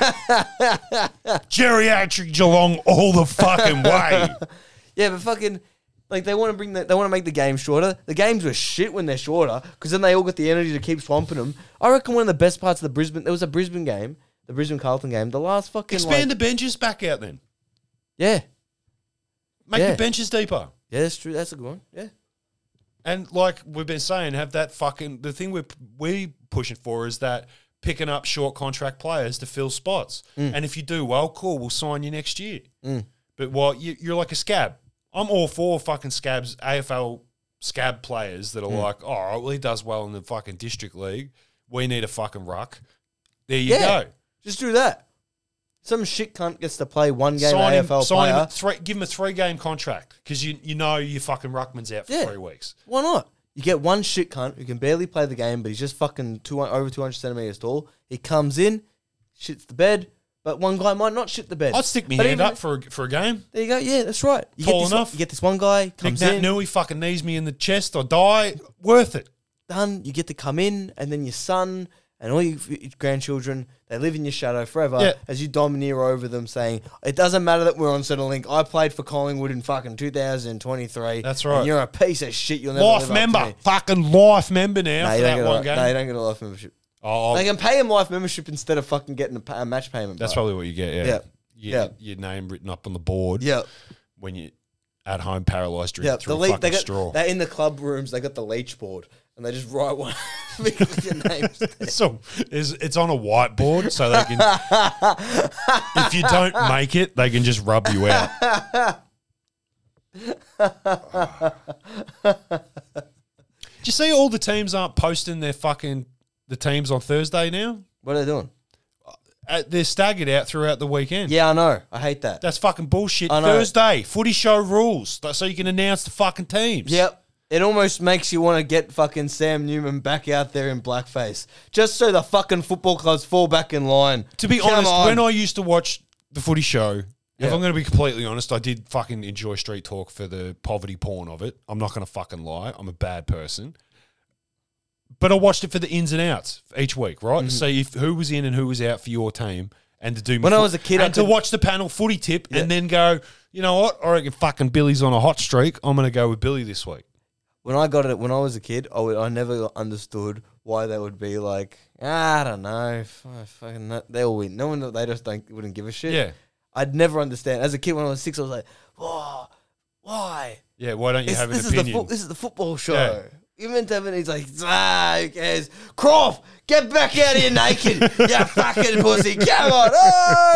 Speaker 9: Geriatric Geelong all the fucking way.
Speaker 10: Yeah, but fucking like they want to bring the, they want to make the game shorter. The games were shit when they're shorter because then they all got the energy to keep swamping them. I reckon one of the best parts of the Brisbane there was a Brisbane game, the Brisbane Carlton game, the last fucking
Speaker 9: Expand
Speaker 10: like,
Speaker 9: the benches back out then.
Speaker 10: yeah
Speaker 9: Make
Speaker 10: Yeah.
Speaker 9: the benches deeper.
Speaker 10: yeah that's true that's a good one yeah
Speaker 9: And like we've been saying, have that fucking the thing we're we pushing for is that picking up short contract players to fill spots.
Speaker 10: Mm.
Speaker 9: And if you do well, cool, we'll sign you next year.
Speaker 10: Mm.
Speaker 9: But while you, you're like a scab, I'm all for fucking scabs, AFL scab players that are
Speaker 10: Mm.
Speaker 9: like, oh, well, he does well in the fucking district league. We need a fucking ruck. There you
Speaker 10: yeah
Speaker 9: go.
Speaker 10: just do that. Some shit cunt gets to play one game
Speaker 9: Sign him,
Speaker 10: AFL
Speaker 9: sign him
Speaker 10: player.
Speaker 9: a three, give him a three game contract because you you know your fucking ruckman's out for
Speaker 10: Yeah.
Speaker 9: three weeks.
Speaker 10: Why not? You get one shit cunt who can barely play the game, but he's just fucking two, over 200 centimeters tall. He comes in, shits the bed, but one guy might not shit the bed.
Speaker 9: I'd stick my
Speaker 10: But
Speaker 9: hand
Speaker 10: even-
Speaker 9: up for a, for a game.
Speaker 10: There you go. Yeah, that's right. You get
Speaker 9: Tall
Speaker 10: this,
Speaker 9: enough.
Speaker 10: You get this one guy
Speaker 9: Nick
Speaker 10: comes
Speaker 9: that
Speaker 10: in,
Speaker 9: new, he fucking knees me in the chest. I die. Worth it.
Speaker 10: done. You get to come in, and then your son and all your, your grandchildren they live in your shadow forever
Speaker 9: Yeah.
Speaker 10: as you domineer over them, saying it doesn't matter that we're on Centrelink. I played for Collingwood in fucking 2023. That's
Speaker 9: right.
Speaker 10: And you're a piece of shit. You'll never
Speaker 9: Life
Speaker 10: live Up
Speaker 9: member.
Speaker 10: to me.
Speaker 9: Fucking life member now
Speaker 10: No,
Speaker 9: for
Speaker 10: you don't
Speaker 9: that
Speaker 10: get
Speaker 9: one
Speaker 10: a,
Speaker 9: game.
Speaker 10: No, you don't get a life membership.
Speaker 9: Oh,
Speaker 10: they can pay him life membership instead of fucking getting a, pa- a match payment.
Speaker 9: That's
Speaker 10: bro.
Speaker 9: probably what you get. Yeah.
Speaker 10: Yeah.
Speaker 9: You-
Speaker 10: Yeah.
Speaker 9: Your name written up on the board.
Speaker 10: Yeah.
Speaker 9: When you at home paralyzed drinking
Speaker 10: Yeah,
Speaker 9: through
Speaker 10: the
Speaker 9: a
Speaker 10: le-
Speaker 9: fucking
Speaker 10: they got
Speaker 9: straw.
Speaker 10: they in the club rooms. They got the leech board, and they just write one. with your names.
Speaker 9: so is it's on a whiteboard, so they can. if you don't make it, they can just rub you out. Do you see all the teams aren't posting their fucking the teams on Thursday now?
Speaker 10: What are they doing?
Speaker 9: Uh, they're staggered out throughout the weekend.
Speaker 10: Yeah, I know. I hate that.
Speaker 9: That's fucking bullshit.
Speaker 10: I know.
Speaker 9: Thursday, footy show rules, like, so you can announce the fucking teams.
Speaker 10: Yep. It almost makes you want to get fucking Sam Newman back out there in blackface, just so the fucking football clubs fall back in line.
Speaker 9: To be
Speaker 10: Come
Speaker 9: honest,
Speaker 10: on.
Speaker 9: when I used to watch the footy show,
Speaker 10: Yeah.
Speaker 9: if I'm going to be completely honest, I did fucking enjoy street talk for the poverty porn of it. I'm not going to fucking lie. I'm a bad person. But I watched it for the ins and outs each week, right?
Speaker 10: Mhm.
Speaker 9: To See if who was in and who was out for your team, and to do my
Speaker 10: When I
Speaker 9: fo-
Speaker 10: was a kid, I
Speaker 9: and to
Speaker 10: could-
Speaker 9: watch the panel footy tip, and then go, you know what? I reckon fucking Billy's on a hot streak. I'm going to go with Billy this week.
Speaker 10: when I got it when I was a kid, I, would, I never understood why they would be like, "Ah, I don't know, f- fucking, no- they all win. No one, they just don't wouldn't give a shit.
Speaker 9: Yeah.
Speaker 10: I'd never understand. As a kid, when I was six, I was like, "Whoa, why?
Speaker 9: Yeah, why don't you
Speaker 10: This-
Speaker 9: have an
Speaker 10: this Is the
Speaker 9: opinion?
Speaker 10: fo- this is the football show.
Speaker 9: Yeah.
Speaker 10: You meant to have an, he's like, ah, who cares? Croft, get back out here naked, you fucking pussy. Come on,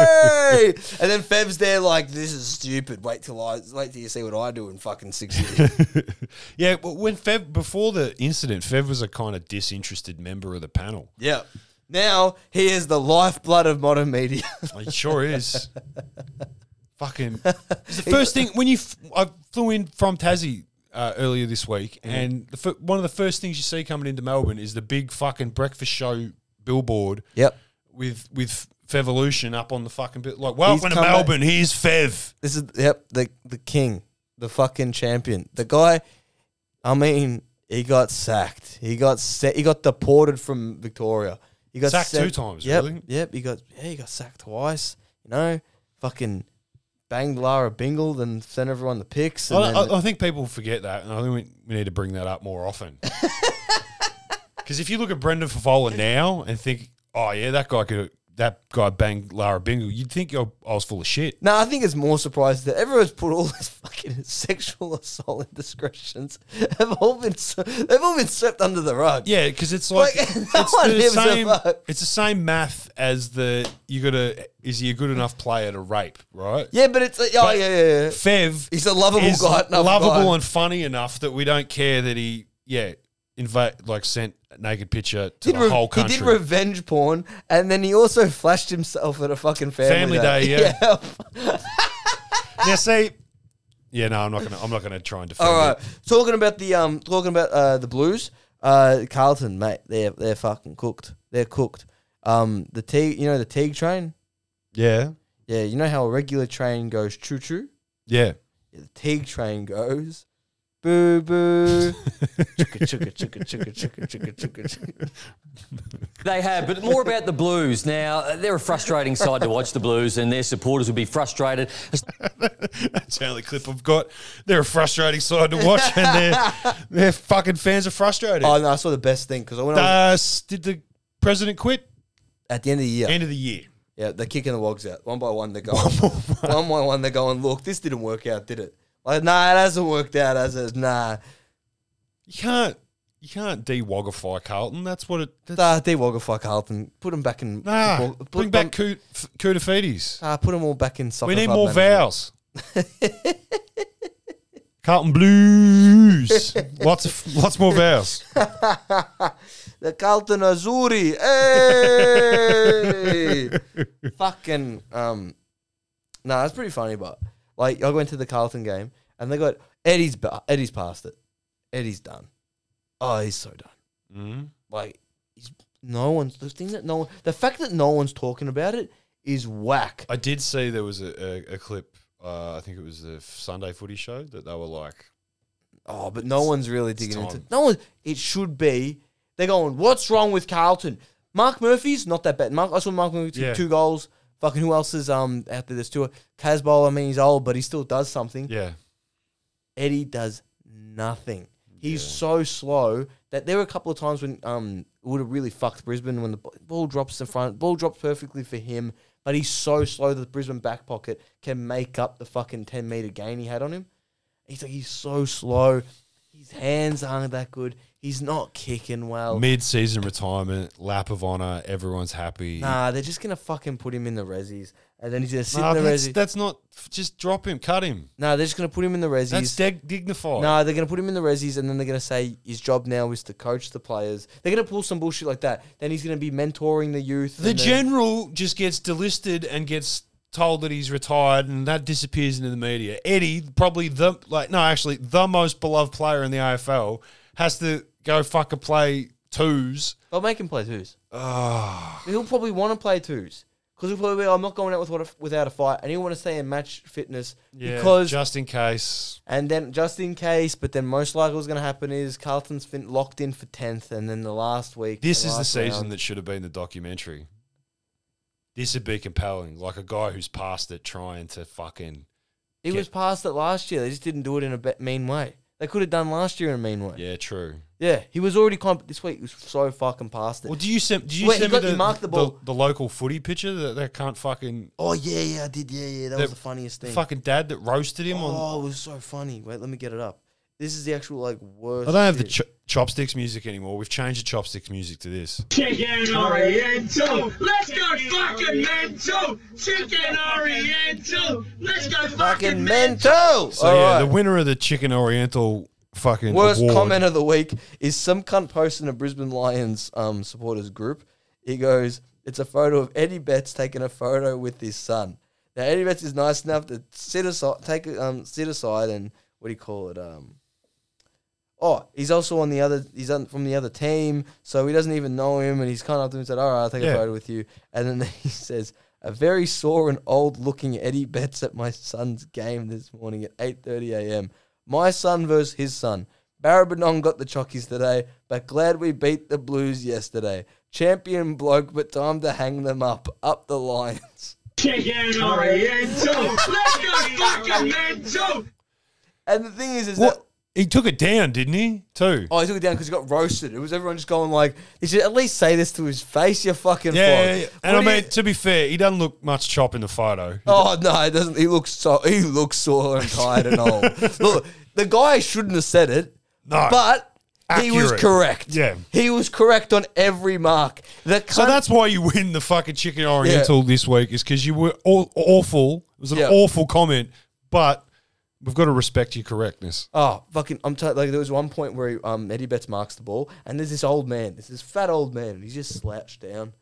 Speaker 10: hey! And then Feb's there like, this is stupid. Wait till I, wait till you see what I do in fucking six years.
Speaker 9: Yeah, but when Fev before the incident, Fev was a kind of disinterested member of the panel.
Speaker 10: yeah. Now he is the lifeblood of modern media.
Speaker 9: It sure is. Fucking. It's the first thing when you f- I flew in from Tassie uh, earlier this week, and the f- one of the first things you see coming into Melbourne is the big fucking breakfast show billboard.
Speaker 10: Yep.
Speaker 9: With with Fevolution up on the fucking bit, like welcome
Speaker 10: He's
Speaker 9: to
Speaker 10: come back-
Speaker 9: Melbourne. Here's Fev.
Speaker 10: This is yep the the king, the fucking champion, the guy. I mean, he got sacked. He got sa- he got deported from Victoria. He got
Speaker 9: Sacked
Speaker 10: sent-
Speaker 9: two times,
Speaker 10: Yep,
Speaker 9: really?
Speaker 10: yep. He got yeah, he got sacked twice. You know, fucking banged Lara Bingle, then sent everyone the picks.
Speaker 9: I,
Speaker 10: And then
Speaker 9: I, I think people forget that, and I think we, we need to bring that up more often. Because if you look at Brendan Favola now and think, oh yeah, that guy could, that guy banged Lara Bingle, you'd think you're, I was full of shit.
Speaker 10: No, I think it's more surprising that everyone's put all this fucking sexual assault indiscretions have all been so, they've all been swept under the rug.
Speaker 9: Yeah, because it's like,
Speaker 10: no
Speaker 9: it's,
Speaker 10: one
Speaker 9: the
Speaker 10: gives a
Speaker 9: same,
Speaker 10: fuck.
Speaker 9: it's the same math as the you gotta is he a good enough player to rape, right?
Speaker 10: Yeah, but it's like, oh
Speaker 9: But
Speaker 10: yeah, yeah, yeah.
Speaker 9: Fev
Speaker 10: he's a lovable
Speaker 9: is
Speaker 10: guy, enough
Speaker 9: lovable
Speaker 10: guy.
Speaker 9: and funny enough that we don't care that he yeah invite like sent a naked picture to
Speaker 10: Did
Speaker 9: the
Speaker 10: re-
Speaker 9: whole
Speaker 10: he
Speaker 9: country.
Speaker 10: did revenge porn, and then he also flashed himself at a fucking family,
Speaker 9: Family Day, yeah. now see, yeah, no, I'm not gonna. I'm not gonna try and defend.
Speaker 10: All right,
Speaker 9: it.
Speaker 10: talking about the um, talking about uh, the Blues, uh, Carlton, mate, they're they're fucking cooked. They're cooked. Um, the Teague, you know the Teague train.
Speaker 9: Yeah.
Speaker 10: Yeah, you know how a regular train goes choo choo.
Speaker 9: Yeah.
Speaker 10: The Teague train goes. Boo boo. chugga chugga chugga chugga chugga chugga chugga chugga.
Speaker 18: They have, but more about the Blues. Now, they're a frustrating side to watch, the Blues, and their supporters would be frustrated.
Speaker 9: That's the only clip I've got. They're a frustrating side to watch, and their their fucking fans are frustrated.
Speaker 10: Oh no, I saw the best thing because when I was
Speaker 9: Uh, s- did the president quit?
Speaker 10: at the end of the year.
Speaker 9: End of the year.
Speaker 10: Yeah, they're kicking the wogs out. One by one, they're going. one by one, they're going, look, this didn't work out, did it? Like, nah, it hasn't worked out. As is, nah.
Speaker 9: You can't. You can't de-wogify Carlton. That's what it. That's,
Speaker 10: Nah, de-wogify Carlton. Put them back in.
Speaker 9: Nah,
Speaker 10: football-
Speaker 9: bring
Speaker 10: put
Speaker 9: back Ku- F- Kudafides.
Speaker 10: Nah, put them all back in soccer.
Speaker 9: We need
Speaker 10: um, club
Speaker 9: more
Speaker 10: management.
Speaker 9: vowels. Carlton Blues. lots of lots more vowels.
Speaker 10: the Carlton Azuri. Hey! Fucking. Um, nah, it's pretty funny, but like, I went to the Carlton game and they got Eddie's, ba- Eddie's past it. Eddie's done. Oh, he's so done.
Speaker 9: Mm.
Speaker 10: Like, he's, no one's the thing that no one, the fact that no one's talking about it is whack.
Speaker 9: I did see there was a, a, a clip. Uh, I think it was the f- Sunday Footy Show that they were like,
Speaker 10: "Oh, but no one's really digging
Speaker 9: time.
Speaker 10: into it. No one. It should be. They're going. What's wrong with Carlton? Mark Murphy's not that bad. Mark, I saw Mark Murphy took
Speaker 9: Yeah.
Speaker 10: two goals. Fucking who else is um out there? There's two. Casbowl. I mean, he's old, but he still does something.
Speaker 9: Yeah.
Speaker 10: Eddie does nothing. He's so slow that there were a couple of times when um it would have really fucked Brisbane when the b- ball drops in front. Ball drops perfectly for him, but he's so slow that the Brisbane back pocket can make up the fucking ten meter gain he had on him. He's like he's so slow. He His hands aren't that good. He's not kicking well.
Speaker 9: Mid-season retirement, lap of honor. Everyone's happy.
Speaker 10: Nah, they're just gonna fucking put him in the resis, and then he's gonna sit
Speaker 9: Nah,
Speaker 10: in the
Speaker 9: that's,
Speaker 10: resis.
Speaker 9: that's not. Just drop him. Cut him.
Speaker 10: No, they're just going to put him in the resis.
Speaker 9: That's dig- dignified.
Speaker 10: No, they're going to put him in the resis and then they're going to say his job now is to coach the players. They're going to pull some bullshit like that. Then he's going to be mentoring the youth.
Speaker 9: The
Speaker 10: and then-
Speaker 9: general just gets delisted and gets told that he's retired, and that disappears into the media. Eddie, probably the like, no, actually, the most beloved player in the AFL, has to go fucker play twos.
Speaker 10: They'll make him play twos.
Speaker 9: Oh,
Speaker 10: He'll probably want to play twos because he'll probably be, I'm not going out with what a- without a fight, and he'll want to stay in match fitness
Speaker 9: Yeah,
Speaker 10: because
Speaker 9: just in case.
Speaker 10: And then just in case, but then most likely what's going to happen is Carlton's fin- locked in for tenth, and then the last week.
Speaker 9: this is the
Speaker 10: last
Speaker 9: season
Speaker 10: round-
Speaker 9: that should have been the documentary. This would be compelling, like a guy who's passed it trying to fucking.
Speaker 10: He
Speaker 9: get-
Speaker 10: was past it last year. They just didn't do it in a be- mean way. They could have done last year in a mean way.
Speaker 9: Yeah, true.
Speaker 10: Yeah, he was already comp this week. He was so fucking past it.
Speaker 9: Well, do you send? Do you
Speaker 10: Wait,
Speaker 9: send
Speaker 10: he
Speaker 9: me
Speaker 10: got- he
Speaker 9: the,
Speaker 10: marked the ball?
Speaker 9: the local footy picture that that can't fucking?
Speaker 10: Oh yeah, yeah, I did. Yeah, yeah, that, was the funniest thing.
Speaker 9: Fucking dad that roasted him on.
Speaker 10: Oh, it was so funny. Wait, let me get it up. This is the actual like worst.
Speaker 9: I don't have the
Speaker 10: Oh, shit.
Speaker 9: ch- chopsticks music anymore. We've changed the chopsticks music to this.
Speaker 7: Chicken Oriental, let's go fucking mental. Chicken Oriental, let's go fucking
Speaker 10: mental.
Speaker 9: So yeah, the winner of the chicken oriental fucking
Speaker 10: worst
Speaker 9: award.
Speaker 10: comment of the week is some cunt posting a Brisbane Lions um, supporters group. He goes, "It's a photo of Eddie Betts taking a photo with his son." Now Eddie Betts is nice enough to sit aside, take um, sit aside, and what do you call it? Um, oh, he's also on the other. He's on, from the other team, so he doesn't even know him, and he's kind of up to him and said, "All right, I'll take
Speaker 9: Yeah.
Speaker 10: a photo with you." And then he says. A very sore and old-looking Eddie Betts at my son's game this morning at 8:30 a.m. My son versus his son. Barabinong got the chockies today, but glad we beat the Blues yesterday. Champion bloke, but time to hang them up. Up the Lions.
Speaker 7: Chicken Oriental, let's go fucking mental.
Speaker 10: And the thing is, is that
Speaker 9: What? He took it down, didn't he? Too.
Speaker 10: Oh, he took it down because he got roasted. It was everyone just going like, "You should at least say this to his face, you fucking
Speaker 9: Yeah, yeah,
Speaker 10: fuck."
Speaker 9: yeah. and I
Speaker 10: What do you-
Speaker 9: mean, to be fair, he doesn't look much chop in the photo.
Speaker 10: oh no, it doesn't. He looks so he looks sore and tired and old. Look, the guy shouldn't have said it.
Speaker 9: No.
Speaker 10: but he was
Speaker 9: Accurate.
Speaker 10: correct.
Speaker 9: Yeah.
Speaker 10: he was correct on every mark. The
Speaker 9: So
Speaker 10: cunt-
Speaker 9: that's why you win the fucking chicken oriental this week is because you were all, awful. It was an
Speaker 10: Yeah.
Speaker 9: awful comment, but we've got to respect your correctness.
Speaker 10: Oh, fucking! I'm telling. Like there was one point where he, um, Eddie Betts marks the ball, and there's this old man, there's this fat old man, and he's just slouched down.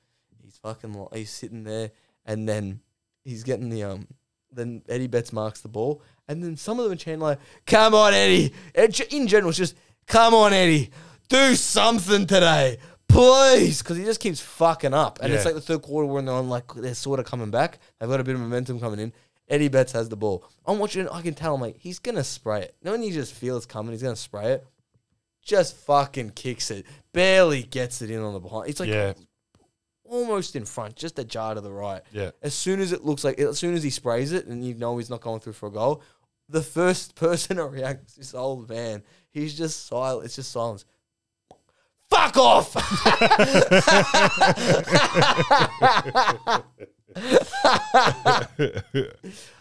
Speaker 10: He's fucking. li- He's sitting there, and then he's getting the um. Then Eddie Betts marks the ball, and then some of them are chanting like, "Come on, Eddie!" And ge- In general, it's just, "Come on, Eddie, do something today, please," because he just keeps fucking up. And it's
Speaker 9: Yeah.
Speaker 10: like the third quarter when they're on, like they're sort of coming back. They've got a bit of momentum coming in. Eddie Betts has the ball. I'm watching. it, I can tell. I'm like, he's gonna spray it. No, when you just feel it's coming, he's gonna spray it. Just fucking kicks it. Barely gets it in on the behind. It's like
Speaker 9: Yeah.
Speaker 10: almost in front, just a jar to the right.
Speaker 9: Yeah.
Speaker 10: As soon as it looks like, as soon as he sprays it, and you know he's not going through for a goal, the first person to react is this old man. He's just silent. It's just silence. Fuck off!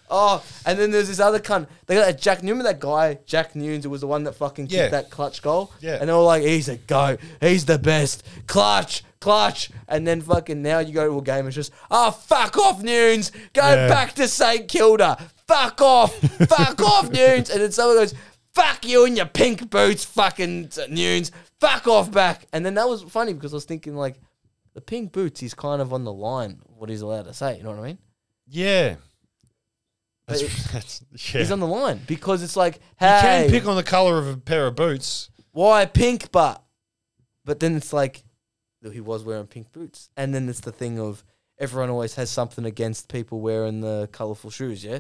Speaker 10: oh, and then there's this other cunt. They got that Jack. Remember that guy, Jack Nunes, who was the one that fucking kicked
Speaker 9: Yeah.
Speaker 10: that clutch goal?
Speaker 9: Yeah.
Speaker 10: And they were like, he's a goat. He's the best. Clutch, clutch. And then fucking now you go to a game, it's just, oh, fuck off, Nunes. Go
Speaker 7: Yeah.
Speaker 10: back to St. Kilda. Fuck off. fuck off, Nunes. And then someone goes, fuck you and your pink boots, fucking uh, Nunes. Fuck off back. And then that was funny because I was thinking, like, the pink boots, he's kind of on the line, what he's allowed to say. You know what I mean?
Speaker 9: Yeah.
Speaker 10: But
Speaker 9: That's-
Speaker 10: it-
Speaker 9: that's-
Speaker 10: He's
Speaker 9: yeah.
Speaker 10: on the line because it's like,
Speaker 9: You
Speaker 10: hey,
Speaker 9: can pick on the color of a pair of boots.
Speaker 10: why pink but but then it's like "Well, he was wearing pink boots and then it's the thing of everyone always has something against people wearing the colorful shoes yeah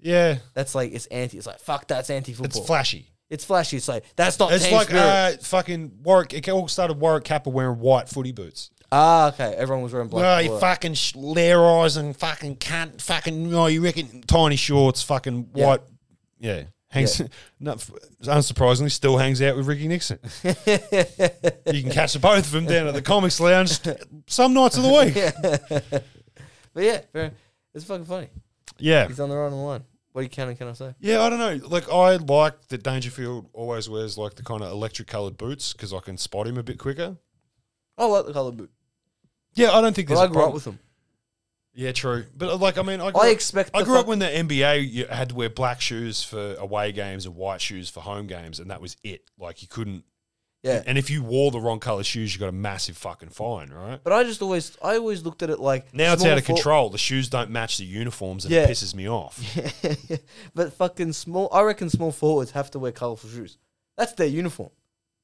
Speaker 9: Yeah.
Speaker 10: that's like it's anti it's like fuck that's anti-football
Speaker 9: It's flashy.
Speaker 10: it's flashy it's like that's not
Speaker 9: It's
Speaker 10: team
Speaker 9: like
Speaker 10: spirit.
Speaker 9: uh, fucking Warwick. It all started Warwick Kappa wearing white footy boots.
Speaker 10: ah okay everyone was wearing black
Speaker 9: Oh, you
Speaker 10: Alright.
Speaker 9: fucking sh- lair eyes and fucking cunt, fucking, oh, you reckon tiny shorts, fucking
Speaker 10: Yeah.
Speaker 9: white. Yeah. Hangs,
Speaker 10: Yeah.
Speaker 9: no, f- unsurprisingly, still hangs out with Ricky Nixon. you can catch both of them down at the Comics Lounge some nights of the week.
Speaker 10: but yeah very- it's fucking funny
Speaker 9: Yeah.
Speaker 10: he's on the right line What can and can I say?
Speaker 9: Yeah, I don't know. Like I like that Dangerfield always wears like the kind of electric coloured boots because I can spot him a bit quicker.
Speaker 10: I like the colour boot.
Speaker 9: Yeah, I don't think
Speaker 10: But I
Speaker 9: there's a
Speaker 10: grew up
Speaker 9: problem.
Speaker 10: with them.
Speaker 9: Yeah, true. But uh, like, I mean, I grew
Speaker 10: I
Speaker 9: up,
Speaker 10: expect
Speaker 9: I
Speaker 10: the
Speaker 9: grew up
Speaker 10: fuck-
Speaker 9: when the NBA you had to wear black shoes for away games and white shoes for home games, and that was it. Like you couldn't.
Speaker 10: Yeah.
Speaker 9: And if you wore the wrong color shoes, you got a massive fucking fine, right?
Speaker 10: But I just always, I always looked at it like
Speaker 9: Now it's
Speaker 10: small
Speaker 9: out of
Speaker 10: for-
Speaker 9: control. The shoes don't match the uniforms, and
Speaker 10: Yeah.
Speaker 9: it pisses me off.
Speaker 10: but fucking small, I reckon small forwards have to wear colorful shoes. That's their uniform.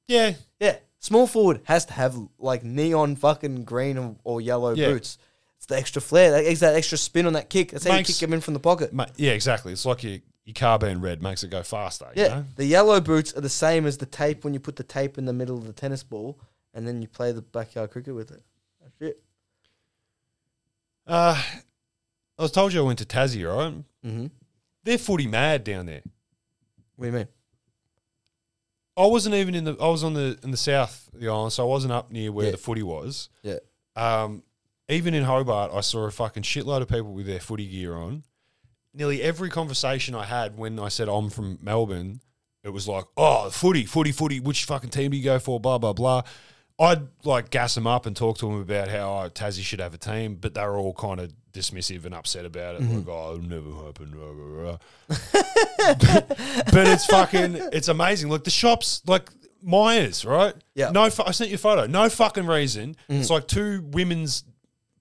Speaker 9: Yeah,
Speaker 10: yeah. Small forward has to have like neon fucking green or, or yellow
Speaker 9: Yeah.
Speaker 10: boots. It's the extra flair. That, it's that extra spin on that kick. That's how
Speaker 9: Makes-
Speaker 10: you kick him in from the pocket.
Speaker 9: Ma- yeah, exactly. It's like your, your car being red makes it go faster.
Speaker 10: Yeah,
Speaker 9: You know?
Speaker 10: the yellow boots are the same as the tape when you put the tape in the middle of the tennis ball and then you play the backyard cricket with it. That's it.
Speaker 9: Uh, I was told you I went to Tassie, right?
Speaker 10: Mm-hmm.
Speaker 9: They're footy mad down there.
Speaker 10: What do you mean?
Speaker 9: I wasn't even in the. I was on the in the south of the island, so I wasn't up near where the footy was.
Speaker 10: Yeah.
Speaker 9: Um, even in Hobart, I saw a fucking shitload of people with their footy gear on. Nearly every conversation I had when I said I'm from Melbourne, it was like, "Oh, footy, footy, footy. Which fucking team do you go for?" Blah blah blah. I'd like gas them up and talk to them about how oh, Tassie should have a team, but they were all kind of dismissive and upset about it.
Speaker 10: Mhm.
Speaker 9: Like, "Oh, it'll never happen." Blah, blah, blah. but it's fucking it's amazing. Look, the shops like Myers, right? Yeah. No, fu- I sent you a photo. No fucking reason. It's like two women's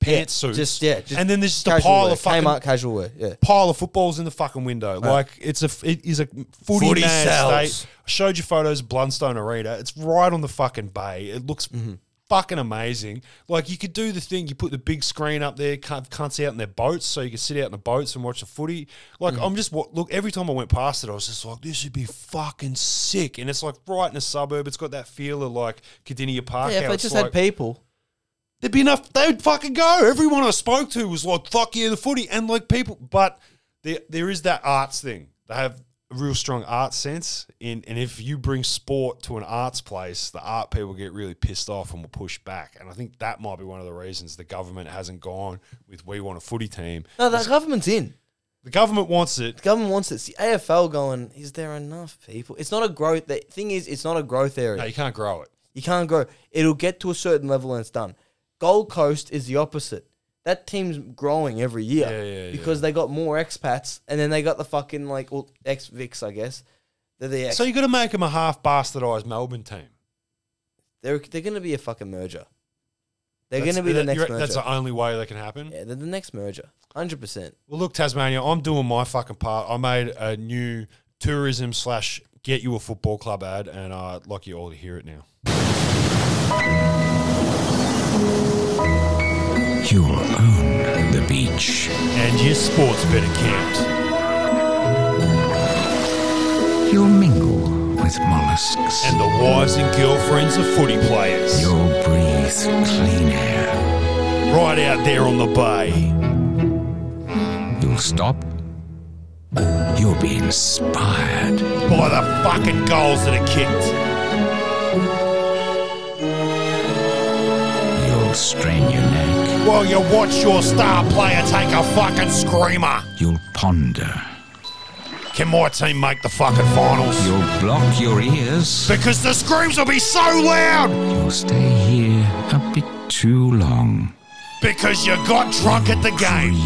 Speaker 9: pantsuits.
Speaker 10: Just yeah, just
Speaker 9: and then there's just a
Speaker 10: casual
Speaker 9: pile
Speaker 10: wear.
Speaker 9: of fucking
Speaker 10: Kmart casual wear. Yeah.
Speaker 9: pile of footballs in the fucking window.
Speaker 10: Right.
Speaker 9: Like it's a f- it is a footy,
Speaker 10: Footy
Speaker 9: mad
Speaker 10: sells.
Speaker 9: state. I showed you photos of Blundstone Arena. It's right on the fucking bay. It looks
Speaker 10: Mm-hmm.
Speaker 9: fucking amazing. Like you could do the thing. You put the big screen up there. Can't cunts out in their boats, so you can sit out in the boats and watch the footy. Like
Speaker 10: Mm-hmm.
Speaker 9: I'm just wa- look. Every time I went past it, I was just like, this would be fucking sick. And it's like right in a suburb. It's got that feel of like Cadinia Park.
Speaker 10: Yeah, if
Speaker 9: how
Speaker 10: they
Speaker 9: it's
Speaker 10: just
Speaker 9: like,
Speaker 10: had people.
Speaker 9: there'd be enough. They would fucking go. Everyone I spoke to was like, "Fuck yeah, the footy," and like people. But there, there is that arts thing. They have a real strong art sense, in, and if you bring sport to an arts place, the art people get really pissed off and will push back. And I think that might be one of the reasons the government hasn't gone with "We want a footy team."
Speaker 10: No, the government's in.
Speaker 9: The government wants it.
Speaker 10: The government wants it. It's the AFL going, is there enough people? It's not a growth. The thing is, it's not a growth area.
Speaker 9: No, you can't grow it.
Speaker 10: You can't grow. It'll get to a certain level and it's done. Gold Coast is the opposite. That team's growing every year
Speaker 9: yeah.
Speaker 10: because they got more expats and then they got the fucking like well, ex Vics, I guess. They're the ex.
Speaker 9: So you got to make them a half bastardized Melbourne team.
Speaker 10: they're they're going to be a fucking merger. They're
Speaker 9: That's-
Speaker 10: going to be the
Speaker 9: that-
Speaker 10: next
Speaker 9: you're-
Speaker 10: merger.
Speaker 9: That's the only way that can happen.
Speaker 10: Yeah, they're the next merger. Hundred percent.
Speaker 9: Well, look, Tasmania, I'm doing my fucking part. I made a new tourism slash get you a football club ad, and I'd like you all to hear it now.
Speaker 19: You'll own the beach.
Speaker 9: And your sports bet account.
Speaker 19: You'll mingle with mollusks.
Speaker 9: And the wives and girlfriends of footy players.
Speaker 19: You'll breathe clean air.
Speaker 9: Right out there on the bay.
Speaker 19: You'll stop. You'll be inspired.
Speaker 9: By the fucking goals that are kicked.
Speaker 19: You'll strain your neck.
Speaker 9: While you watch your star player take a fucking screamer.
Speaker 19: You'll ponder.
Speaker 9: Can my team make the fucking finals?
Speaker 19: You'll block your ears.
Speaker 9: Because the screams will be so loud.
Speaker 19: You'll stay here a bit too long.
Speaker 9: Because you got drunk at the game.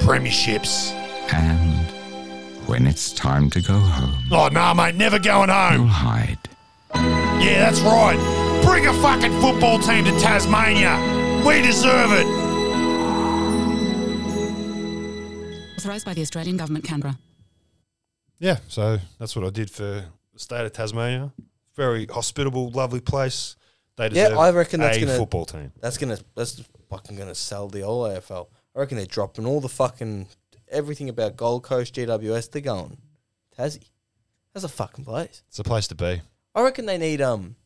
Speaker 9: Premierships.
Speaker 19: And when it's time to go home,
Speaker 9: Oh, nah, mate, never going home.
Speaker 19: you'll hide.
Speaker 9: Yeah, that's right. Bring a fucking football team to Tasmania. We deserve it.
Speaker 20: Authorised by the Australian Government, Canberra.
Speaker 9: Yeah, so that's what I did for the state of Tasmania. Very hospitable, lovely place. They deserve
Speaker 10: Yeah, I reckon that's
Speaker 9: a
Speaker 10: gonna
Speaker 9: football team.
Speaker 10: That's gonna that's fucking gonna sell the whole AFL. I reckon they're dropping all the fucking everything about Gold Coast, GWS. They're going Tassie. That's a fucking place.
Speaker 9: It's a place to be.
Speaker 10: I reckon they need um.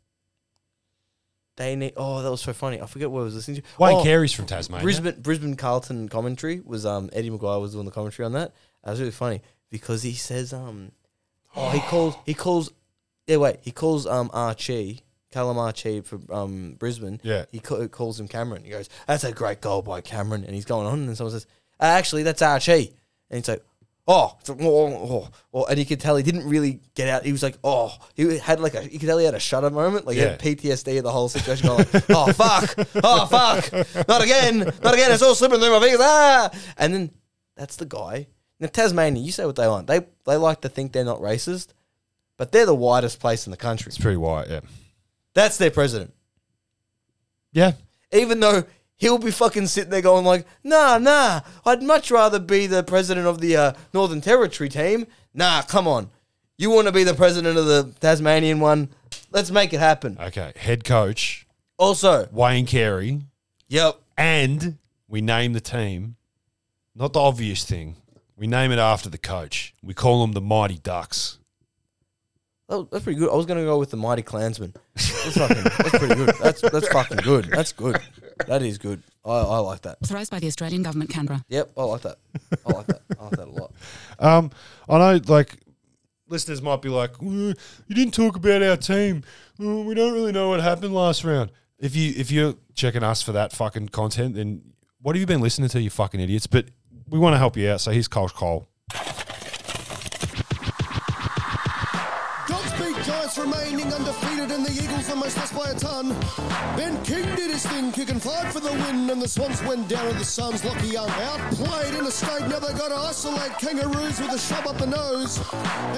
Speaker 10: They need. Oh, that was so funny. I forget what I was listening to.
Speaker 9: Wayne
Speaker 10: oh,
Speaker 9: Carey's from Tasmania.
Speaker 10: Brisbane Brisbane Carlton commentary was um Eddie McGuire was doing the commentary on that. That was really funny because he says um, oh he calls he calls yeah wait he calls um Archie Callum Archie for um Brisbane
Speaker 9: Yeah.
Speaker 10: he ca- calls him Cameron he goes that's a great goal by Cameron and he's going on and someone says "Uh, actually that's Archie and he's like oh, it's like, oh, oh, oh, and you could tell he didn't really get out. He was like, oh, he had like a, you could tell he had a shudder moment, like
Speaker 7: Yeah.
Speaker 10: he had PTSD of the whole situation. Going like, oh fuck, oh fuck, not again, not again. It's all slipping through my fingers. Ah, and then that's the guy. Now Tasmania, you say what they want. They they like to think they're not racist, but they're the whitest place in the country. It's
Speaker 9: pretty white, yeah.
Speaker 10: That's their president.
Speaker 9: Yeah.
Speaker 10: Even though he'll be fucking sitting there going like, nah, nah, I'd much rather be the president of the uh, Northern Territory team. Nah, come on. You want to be the president of the Tasmanian one? Let's make it happen.
Speaker 9: Okay, head coach.
Speaker 10: Also,
Speaker 9: Wayne Carey.
Speaker 10: Yep.
Speaker 9: And we name the team. Not the obvious thing. We name it after the coach. We call them the Mighty Ducks.
Speaker 10: Oh, that's pretty good. I was going to go with the Mighty Clansman. That's, fucking, that's pretty good. That's, that's fucking good. That's good. That is good. I, I like that.
Speaker 20: Authorised by the Australian Government, Canberra.
Speaker 10: Yep, I like that. I like that. I like that a lot.
Speaker 9: Um, I know, like, listeners might be like, "Uh, you didn't talk about our team. Uh, We don't really know what happened last round. If you if you're checking us for that fucking content, then what have you been listening to, you fucking idiots? But we want to help you out, so here's Cole Cole.
Speaker 8: Dogs beat Giants remaining undefeated and the Eagles almost lost by a ton. Ben King did his thing, kicking five for the win, and the Swans went down to the Suns. Lucky Young outplayed in a state. Now they got to isolate Kangaroos with a shove up the nose.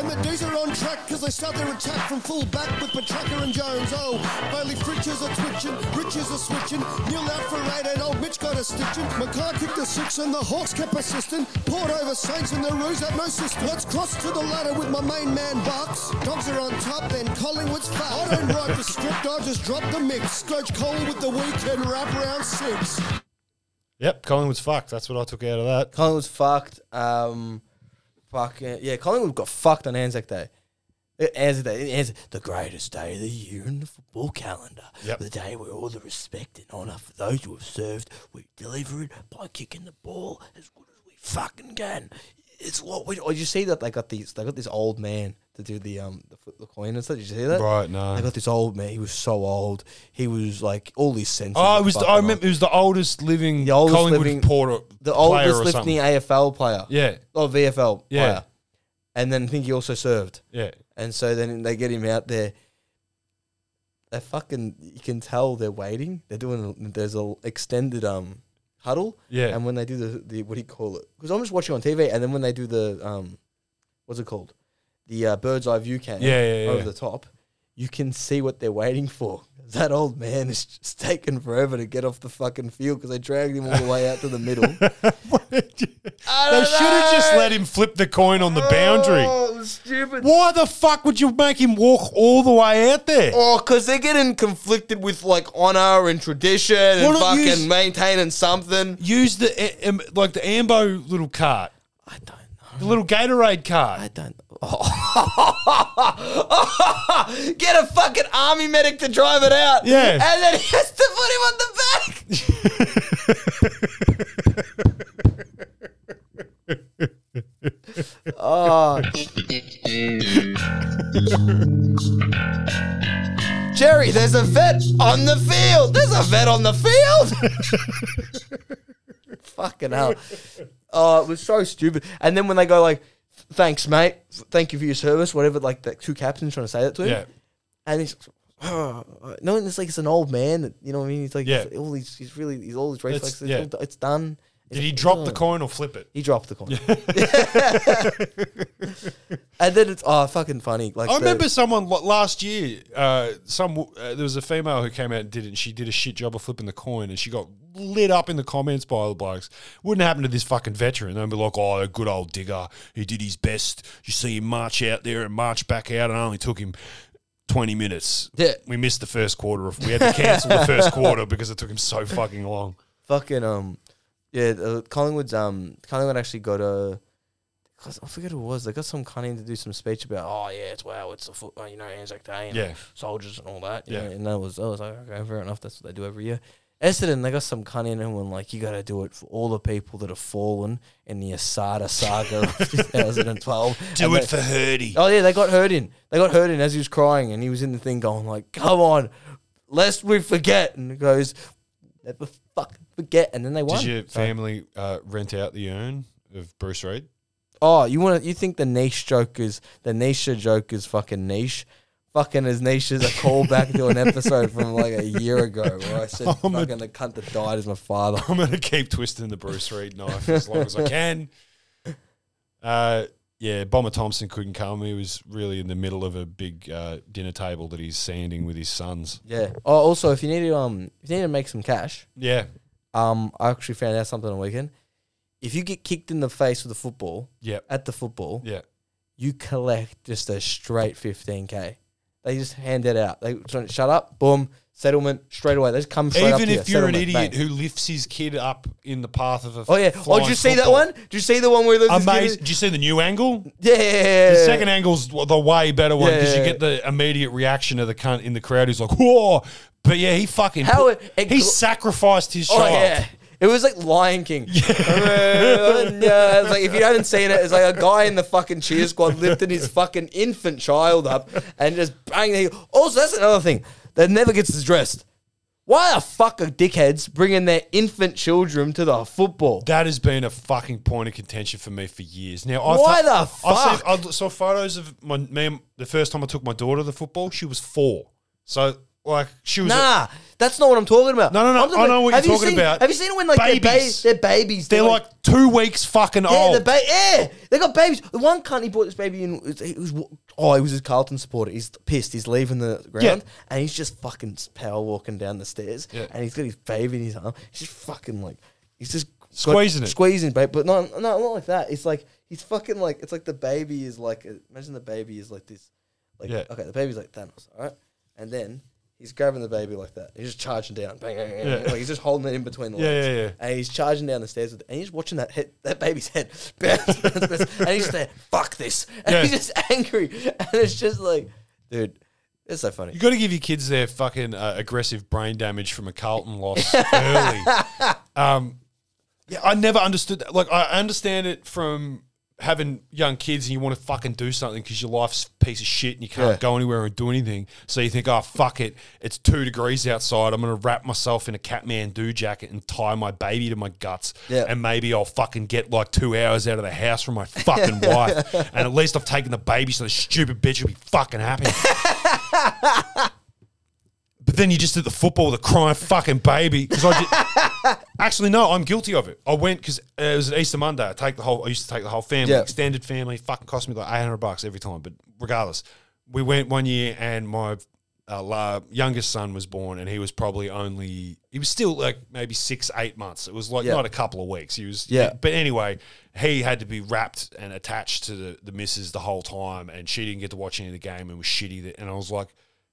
Speaker 8: And the D's are on track because they start their attack from full back with Petraka and Jones. Oh, Bailey Fritchers are twitching, Riches are switching, Neil out for eight, and old Mitch got a stitching. McCart kicked a six and the Hawks kept persistent. Port over Saints and the Roos have no system. Let's cross to the ladder with my main man Bucks. Dogs are on top, then Collingwood's foul. I don't write the script, I just drop the mix. Scourge Cole with the weekend wrap round six.
Speaker 9: Yep, Collingwood's fucked. That's what I took out of that.
Speaker 10: Collingwood's fucked. Um, fuck yeah, yeah, Collingwood got fucked on Anzac Day. Uh, Anzac Day, Anzac, the greatest day of the year in the football calendar. The day where all the respect and honour for those who have served, we deliver it by kicking the ball as good as we fucking can. It's what we. Oh, did you see that they got these? They got this old man to do the um the, fo- the coin and stuff. Did you see that?
Speaker 9: Right, no.
Speaker 10: They got this old man. He was so old. He was like all these senses.
Speaker 9: Oh, it was.
Speaker 10: fucking
Speaker 9: I
Speaker 10: old.
Speaker 9: remember it was the oldest living
Speaker 10: The oldest
Speaker 9: Collingwood
Speaker 10: living-
Speaker 9: porter,
Speaker 10: the
Speaker 9: player
Speaker 10: oldest
Speaker 9: or
Speaker 10: living
Speaker 9: something.
Speaker 10: AFL player. Oh,
Speaker 9: Yeah.
Speaker 10: Or VFL
Speaker 9: Yeah.
Speaker 10: player. And then I think he also served.
Speaker 9: Yeah.
Speaker 10: And so then they get him out there. They fucking you can tell they're waiting. They're doing a, there's a extended um huddle.
Speaker 9: Yeah.
Speaker 10: And when they do the, the what do you call it? Because I'm just watching on TV, and then when they do the um, what's it called? The uh, bird's eye view cam.
Speaker 9: Yeah, yeah, yeah.
Speaker 10: Over the top, you can see what they're waiting for. That old man is just taking forever to get off the fucking field because they dragged him all the way out to the middle.
Speaker 9: They should have just let him flip the coin on the boundary.
Speaker 10: stupid.
Speaker 9: Why the fuck would you make him walk all the way out there?
Speaker 10: Oh, because they're getting conflicted with like honor and tradition and
Speaker 9: Why not
Speaker 10: fucking
Speaker 9: use-
Speaker 10: maintaining something.
Speaker 9: Use the eh, em- like the Ambo little cart. I don't know. The little Gatorade cart. I
Speaker 10: don't. Get a fucking army medic to drive it out.
Speaker 9: Yeah.
Speaker 10: And then he has to put him on the back. oh. Jerry, there's a vet on the field. There's a vet on the field. Fucking hell. Oh, it was so stupid. And then when they go like, "Thanks, mate. Thank you for your service," whatever. Like the two captains trying to say that to him.
Speaker 9: Yeah.
Speaker 10: And he's. Oh, no, and it's like it's an old man. That, you know what I mean? He's like,
Speaker 9: Yeah.
Speaker 10: all these, he's really, he's all his
Speaker 9: It's-
Speaker 10: reflexes. It's,
Speaker 9: yeah.
Speaker 10: all d- it's done. It's
Speaker 9: Did he
Speaker 10: like,
Speaker 9: drop the
Speaker 10: oh.
Speaker 9: coin or flip it?
Speaker 10: He dropped the coin. and then it's oh fucking funny. Like
Speaker 9: I
Speaker 10: the-
Speaker 9: remember someone lo- last year. Uh, some w- uh, there was a female who came out and did it. and She did a shit job of flipping the coin, and she got lit up in the comments by all the blokes. Wouldn't happen to this fucking veteran. They'd be like, "Oh, good old digger. He did his best. You see him march out there and march back out, and it only took him." 20 minutes.
Speaker 10: Yeah.
Speaker 9: We missed the first quarter. Of, we had to cancel the first quarter because it took him so fucking long.
Speaker 10: fucking um yeah uh, Collingwood's um Collingwood actually got a I forget who it was they got some cunning to do some speech about oh yeah it's wow it's a foot you know Anzac Day and
Speaker 9: Yeah.
Speaker 10: soldiers and all that you
Speaker 9: Yeah.
Speaker 10: know, and that was I was like okay fair enough that's what they do every year Essendon they got some cunning and went like you got to do it for all the people that have fallen in the Asada saga of 2012
Speaker 9: Do
Speaker 10: And
Speaker 9: it
Speaker 10: they-
Speaker 9: for Hurdy.
Speaker 10: oh yeah they got hurt in they got hurt in as he was crying and he was in the thing going like come on lest we forget and it goes never fucking forget and then they won
Speaker 9: Did your
Speaker 10: So-
Speaker 9: family uh, rent out the urn of Bruce Reed?
Speaker 10: Oh, you want to? You think the niche joke is the niche joke is fucking niche? Fucking as niche as a callback to an episode from like a year ago where I said
Speaker 9: I'm a-
Speaker 10: fucking the cunt that died is my father.
Speaker 9: I'm gonna keep twisting the Bruce Reed knife as long as I can. Uh, yeah, Bomber Thompson couldn't come. He was really in the middle of a big uh, dinner table that he's sanding with his sons.
Speaker 10: Yeah. Oh, also, if you need to, um, if you need to make some cash.
Speaker 9: Yeah.
Speaker 10: Um, I actually found out something on the weekend. If you get kicked in the face with a football,
Speaker 9: Yep.
Speaker 10: at the football,
Speaker 9: Yeah.
Speaker 10: you collect just a straight fifteen k. They just hand that out. They just don't shut up, boom, settlement straight away. They just come straight up
Speaker 9: Even
Speaker 10: to you,
Speaker 9: if you're an
Speaker 10: settlement,
Speaker 9: idiot
Speaker 10: bang.
Speaker 9: who lifts his kid up in the path of a
Speaker 10: Oh yeah! Oh, did you see that one? Did you see the one where the
Speaker 9: Amazing. Did you see the new angle?
Speaker 10: Yeah, yeah, yeah,
Speaker 9: The
Speaker 10: yeah.
Speaker 9: second angle's the way better one because
Speaker 10: Yeah.
Speaker 9: you get the immediate reaction of the cunt in the crowd who's like, "Whoa!" But yeah, he fucking
Speaker 10: How
Speaker 9: put- he sacrificed his
Speaker 10: Oh
Speaker 9: child.
Speaker 10: yeah, it was like Lion King. Yeah, it's like if you haven't seen it, it's like a guy in the fucking cheer squad lifting his fucking infant child up and just bang. The, also, that's another thing that never gets addressed. Why the fuck are dickheads bringing their infant children to the football?
Speaker 9: That has been a fucking point of contention for me for years now.
Speaker 10: Why the
Speaker 9: I, seen- I saw photos of my me and- the first time I took my daughter to the football. She was four, so like she was a-
Speaker 10: Nah, that's not what I'm talking about. No, no,
Speaker 9: I know what
Speaker 10: have
Speaker 9: you're
Speaker 10: you
Speaker 9: talking
Speaker 10: seen-
Speaker 9: about.
Speaker 10: Have you seen when like they're, ba-
Speaker 9: Babies.
Speaker 10: they're babies?
Speaker 9: They're like two weeks fucking
Speaker 10: yeah,
Speaker 9: old.
Speaker 10: The ba- yeah, they got babies. The one cunt he brought this baby in, it was, it was oh, he was his Carlton supporter. He's pissed. He's leaving the ground,
Speaker 9: Yeah.
Speaker 10: and he's just fucking power walking down the stairs,
Speaker 9: Yeah.
Speaker 10: and he's got his baby in his arm. He's just fucking like, he's just got-
Speaker 9: Squeezing it.
Speaker 10: squeezing, babe. But no, no, not like that. It's like he's fucking like, it's like the baby is like, uh, imagine the baby is like this, like
Speaker 9: Yeah.
Speaker 10: okay, the baby's like Thanos, all right, and then. He's grabbing the baby like that. He's just charging down. Bang, bang, bang, bang.
Speaker 9: Yeah.
Speaker 10: Like he's just holding it in between the
Speaker 9: Yeah,
Speaker 10: legs.
Speaker 9: yeah, yeah.
Speaker 10: And he's charging down the stairs with, and he's watching that head, that baby's head bounce, bounce, bounce, and he's just there, fuck this, and
Speaker 9: Yeah.
Speaker 10: he's just angry, and it's just like, dude, it's so funny.
Speaker 9: You got to give your kids their fucking uh, aggressive brain damage from a Carlton loss early. Um, yeah, I never understood that. Like, I understand it from having young kids and you want to fucking do something because your life's a piece of shit and you can't
Speaker 10: Yeah.
Speaker 9: go anywhere and do anything. So you think, oh, fuck it. It's two degrees outside. I'm going to wrap myself in a Catmandu jacket and tie my baby to my guts.
Speaker 10: Yeah.
Speaker 9: And maybe I'll fucking get like two hours out of the house from my fucking wife. And at least I've taken the baby so the stupid bitch will be fucking happy. But then you just did the football with a crying fucking baby. 'Cause I did- actually no, I'm guilty of it. I went because uh, it was Easter Monday. I take the whole. I used to take the whole family,
Speaker 10: Yeah.
Speaker 9: extended family. Fucking cost me like eight hundred bucks every time. But regardless, we went one year, and my uh, la- youngest son was born, and he was probably only he was still like maybe six, eight months. It was like
Speaker 10: Yeah.
Speaker 9: not a couple of weeks. He was
Speaker 10: Yeah.
Speaker 9: But anyway, he had to be wrapped and attached to the the missus the whole time, and she didn't get to watch any of the game and was shitty. That, and I was like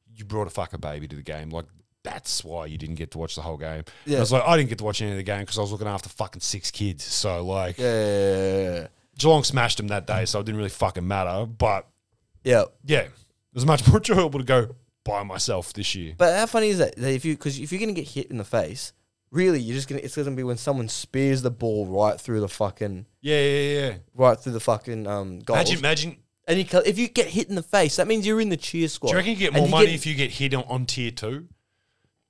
Speaker 9: you brought a fucking baby to the game. Like, that's why you didn't get to watch the whole game.
Speaker 10: Yeah.
Speaker 9: I was like, I didn't get to watch any of the game because I was looking after fucking six kids. So, like, Geelong smashed them that day, so it didn't really fucking matter. But,
Speaker 10: yeah,
Speaker 9: yeah, it was much more enjoyable to go by myself this year.
Speaker 10: But how funny is that? that if you because if you're gonna get hit in the face, really, you're just gonna it's gonna be when someone spears the ball right through the fucking
Speaker 9: Yeah, yeah, yeah.
Speaker 10: right through the fucking um goal.
Speaker 9: Imagine, imagine.
Speaker 10: And you, co- if you get hit in the face, that means you're in the cheer squad.
Speaker 9: Do you reckon you get
Speaker 10: And
Speaker 9: more money if you get hit on, on tier two?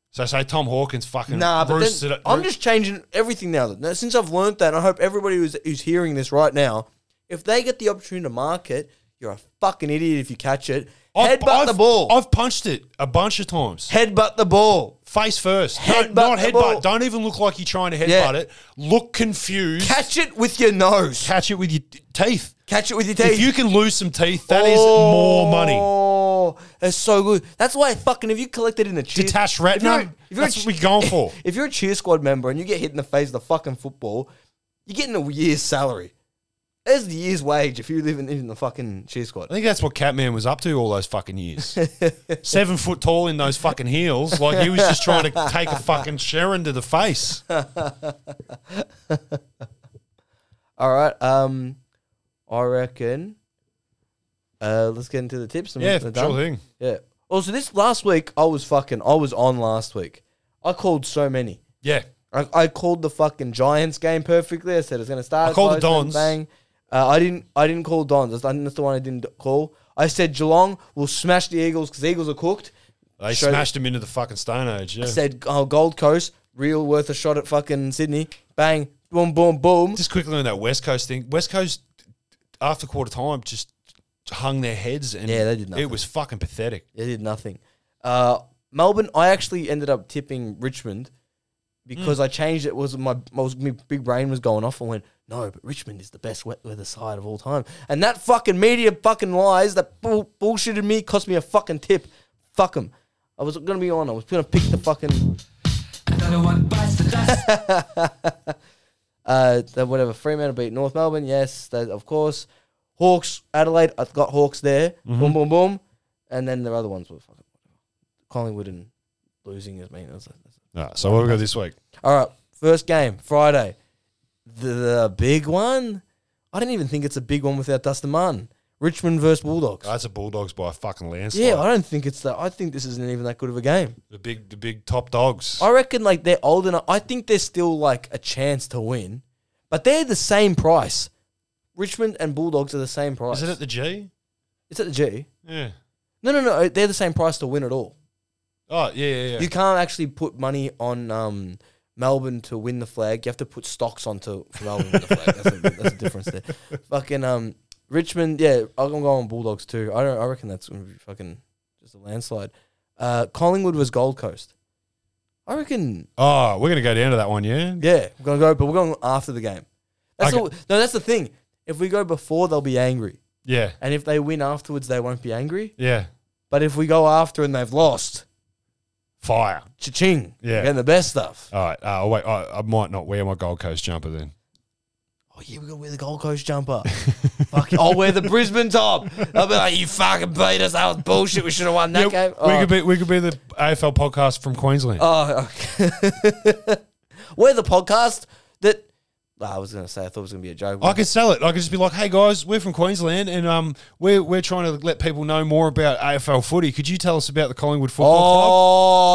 Speaker 9: So, say Tom Hawkins fucking
Speaker 10: Nah, but
Speaker 9: roosted
Speaker 10: then,
Speaker 9: it.
Speaker 10: I'm just changing everything now. Now, Since I've learned that, and I hope everybody who's, who's hearing this right now, if they get the opportunity to mark it, you're a fucking idiot if you catch it.
Speaker 9: I've-
Speaker 10: headbutt the
Speaker 9: I've-
Speaker 10: ball.
Speaker 9: I've punched it a bunch of times.
Speaker 10: Headbutt the ball.
Speaker 9: Face first.
Speaker 10: Headbutt
Speaker 9: no, not
Speaker 10: the
Speaker 9: headbutt.
Speaker 10: ball.
Speaker 9: Don't even look like you're trying to headbutt
Speaker 10: Yeah.
Speaker 9: it. Look confused.
Speaker 10: Catch it with your nose.
Speaker 9: Catch it with your t- teeth.
Speaker 10: Catch it with your teeth.
Speaker 9: If you can lose some teeth, that is more money.
Speaker 10: Oh, that's so good. That's why fucking if you collect it in the cheer,
Speaker 9: Detached
Speaker 10: if you're-
Speaker 9: retina? That's what we're going for.
Speaker 10: If you're a cheer squad member and you get hit in the face with a fucking football, you're getting a year's salary. There's the year's wage if you live in, in the fucking cheer squad.
Speaker 9: I think that's what Catman was up to all those fucking years. Seven foot tall in those fucking heels. Like he was just trying to take a fucking Sharon to the face.
Speaker 10: All right. Um, I reckon. Uh, let's get into the tips. and
Speaker 9: Yeah,
Speaker 10: we're
Speaker 9: sure
Speaker 10: done.
Speaker 9: thing.
Speaker 10: Yeah. Also, this last week I was fucking. I was on last week. I called so many.
Speaker 9: Yeah.
Speaker 10: I, I called the fucking Giants game perfectly. I said it's gonna start.
Speaker 9: I called the
Speaker 10: close, then
Speaker 9: Dons.
Speaker 10: Bang. Uh, I didn't. I didn't call Dons. That's, I think that's the one I didn't call. I said Geelong will smash the Eagles because Eagles are cooked.
Speaker 9: They
Speaker 10: Show-
Speaker 9: smashed him into the fucking Stone Age. Yeah.
Speaker 10: I said oh, Gold Coast real worth a shot at fucking Sydney. Bang. Boom. Boom. Boom.
Speaker 9: just quickly on that West Coast thing. West Coast after quarter time just hung their heads and
Speaker 10: Yeah, they did nothing.
Speaker 9: It was fucking pathetic.
Speaker 10: They did nothing. Uh, Melbourne, I actually ended up tipping Richmond because
Speaker 9: Mm.
Speaker 10: I changed it. Was my, my, was- my big brain was going off. I went, no, but Richmond is the best wet weather side of all time. And that fucking media fucking lies that bull- bullshitted me cost me a fucking tip. Fuck them. I was gonna be on. I was gonna pick the fucking.
Speaker 21: Another one bites the dust.
Speaker 10: uh, the whatever Fremantle beat North Melbourne. Yes, that, of course. Hawks Adelaide. I've got Hawks there. Boom,
Speaker 21: Mhm.
Speaker 10: boom, boom. And then the other ones were fucking Collingwood and losing as mean. That's, that's,
Speaker 9: Nah, so what we got this week?
Speaker 10: all right, first game Friday, the, the big one. I didn't even think it's a big one without Dustin Martin. Richmond versus Bulldogs.
Speaker 9: That's a Bulldogs by a fucking landslide.
Speaker 10: yeah, I don't think it's that. I think this isn't even that good of a game.
Speaker 9: The big, the big top dogs.
Speaker 10: I reckon like they're old enough. I think there's still like a chance to win, but they're the same price. Richmond and Bulldogs are the same price.
Speaker 9: Is it at the G?
Speaker 10: It's at the G.
Speaker 9: Yeah.
Speaker 10: No, no, no. They're the same price to win at all.
Speaker 9: Oh yeah, yeah, yeah.
Speaker 10: You can't actually put money on um, Melbourne to win the flag. You have to put stocks onto for Melbourne to win the flag. That's a, that's a difference there. Fucking um, Richmond, yeah, I'm going to go on Bulldogs too. I don't. I reckon that's going to be fucking just a landslide. Uh, Collingwood was Gold Coast. I reckon.
Speaker 9: Oh, we're gonna go down to that one, yeah.
Speaker 10: Yeah, we're going to go, but we're going after the game. That's
Speaker 9: Okay.
Speaker 10: all, no, that's the thing. If we go before, they'll be angry.
Speaker 9: Yeah.
Speaker 10: And if they win afterwards, they won't be angry.
Speaker 9: Yeah.
Speaker 10: But if we go after and they've lost,
Speaker 9: fire,
Speaker 10: cha-ching,
Speaker 9: Yeah.
Speaker 10: We're getting the best stuff.
Speaker 9: All right. Uh, wait. I, I might not wear my Gold Coast jumper then.
Speaker 10: Oh yeah, we're gonna wear the Gold Coast jumper. Fuck, I'll wear the Brisbane top. I'll be like, you fucking beat us. That was bullshit. We should have won that game.
Speaker 9: We
Speaker 10: Oh.
Speaker 9: could be. We could be the AFL podcast from Queensland.
Speaker 10: Oh, okay. we're the podcast that. Nah, I was gonna say I thought it was gonna be a joke.
Speaker 9: I could sell it. I could just be like, "Hey guys, we're from Queensland, and um, we're we're trying to let people know more about AFL footy. Could you tell us about the Collingwood Football Club?"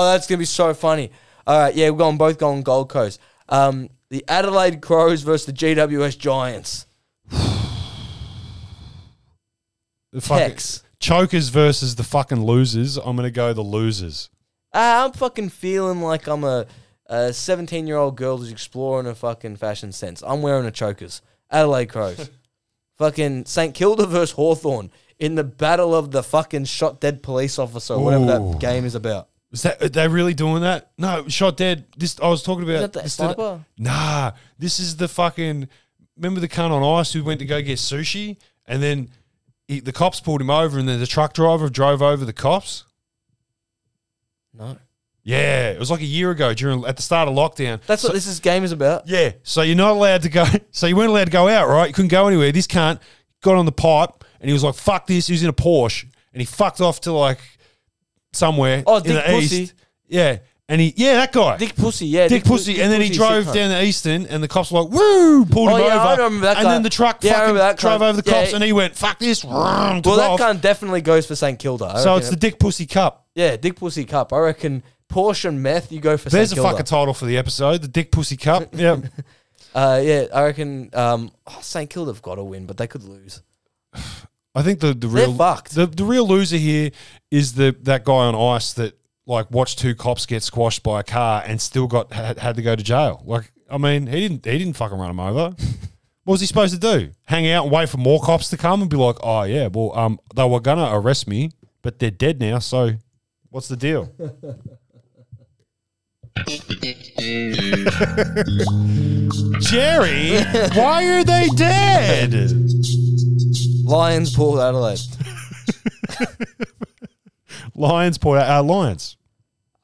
Speaker 10: Oh, that's gonna be so funny. All right, yeah, we're going both going Gold Coast. Um, the Adelaide Crows versus the GWS Giants.
Speaker 9: The fucking
Speaker 10: Hex.
Speaker 9: chokers versus the fucking losers. I'm gonna go the losers.
Speaker 10: Ah, I'm fucking feeling like I'm a, a 17 year old girl who's exploring her fucking fashion sense. I'm wearing a chokers. Adelaide Crows. fucking St Kilda versus Hawthorn in the battle of the fucking shot dead police officer, whatever
Speaker 9: Ooh.
Speaker 10: that game is about.
Speaker 9: Is that are they really doing that? No, shot dead. This I was talking about.
Speaker 10: that the
Speaker 9: this
Speaker 10: sniper?
Speaker 9: nah, this is the fucking. Remember the cunt on ice who went to go get sushi, and then he, the cops pulled him over, and then the truck driver drove over the cops.
Speaker 10: No.
Speaker 9: Yeah, it was like a year ago during at the start of lockdown.
Speaker 10: That's
Speaker 9: So-
Speaker 10: what this is, game is about.
Speaker 9: Yeah. So you're not allowed to go. So you weren't allowed to go out, right? You couldn't go anywhere. This cunt got on the pipe and he was like, "Fuck this!" He was in a Porsche and he fucked off to like somewhere
Speaker 10: Oh,
Speaker 9: in
Speaker 10: Dick
Speaker 9: the
Speaker 10: Pussy.
Speaker 9: east. Yeah. And he, yeah, that guy,
Speaker 10: Dick Pussy, yeah, Dick
Speaker 9: Dick,
Speaker 10: Pu-
Speaker 9: Pussy.
Speaker 10: Dick
Speaker 9: and then he
Speaker 10: Pussy,
Speaker 9: drove
Speaker 10: sick cunt.
Speaker 9: down the eastern, and the cops were like, "Woo!" Pulled
Speaker 10: Oh,
Speaker 9: him
Speaker 10: yeah,
Speaker 9: over.
Speaker 10: I remember that
Speaker 9: and
Speaker 10: guy.
Speaker 9: then the truck
Speaker 10: Yeah, I
Speaker 9: fucking
Speaker 10: remember that
Speaker 9: drove
Speaker 10: guy.
Speaker 9: over the
Speaker 10: Yeah,
Speaker 9: cops,
Speaker 10: he-
Speaker 9: and he went, "Fuck this!" Well,
Speaker 10: Well, that gun definitely goes for St Kilda. I
Speaker 9: So
Speaker 10: reckon
Speaker 9: it's the
Speaker 10: it-
Speaker 9: Dick Pussy Cup.
Speaker 10: yeah, Dick Pussy Cup. I reckon Porsche and meth, you go for
Speaker 9: There's
Speaker 10: St
Speaker 9: a
Speaker 10: Kilda.
Speaker 9: fucking title for the episode: the Dick Pussy Cup. Yeah.
Speaker 10: Uh, yeah, I reckon um, oh, St Kilda have got to win, but they could lose.
Speaker 9: I think the the
Speaker 10: They're
Speaker 9: real The, the real loser here is the that guy on ice that like watched two cops get squashed by a car and still got had, had to go to jail. Like I mean, he didn't he didn't fucking run him over. what was he supposed to do? Hang out and wait for more cops to come and be like, "Oh yeah, well um they were gonna arrest me, but they're dead now, so what's the deal?" Jerry, why are they dead?
Speaker 10: Lions Port Adelaide.
Speaker 9: Lions Port uh, Lions.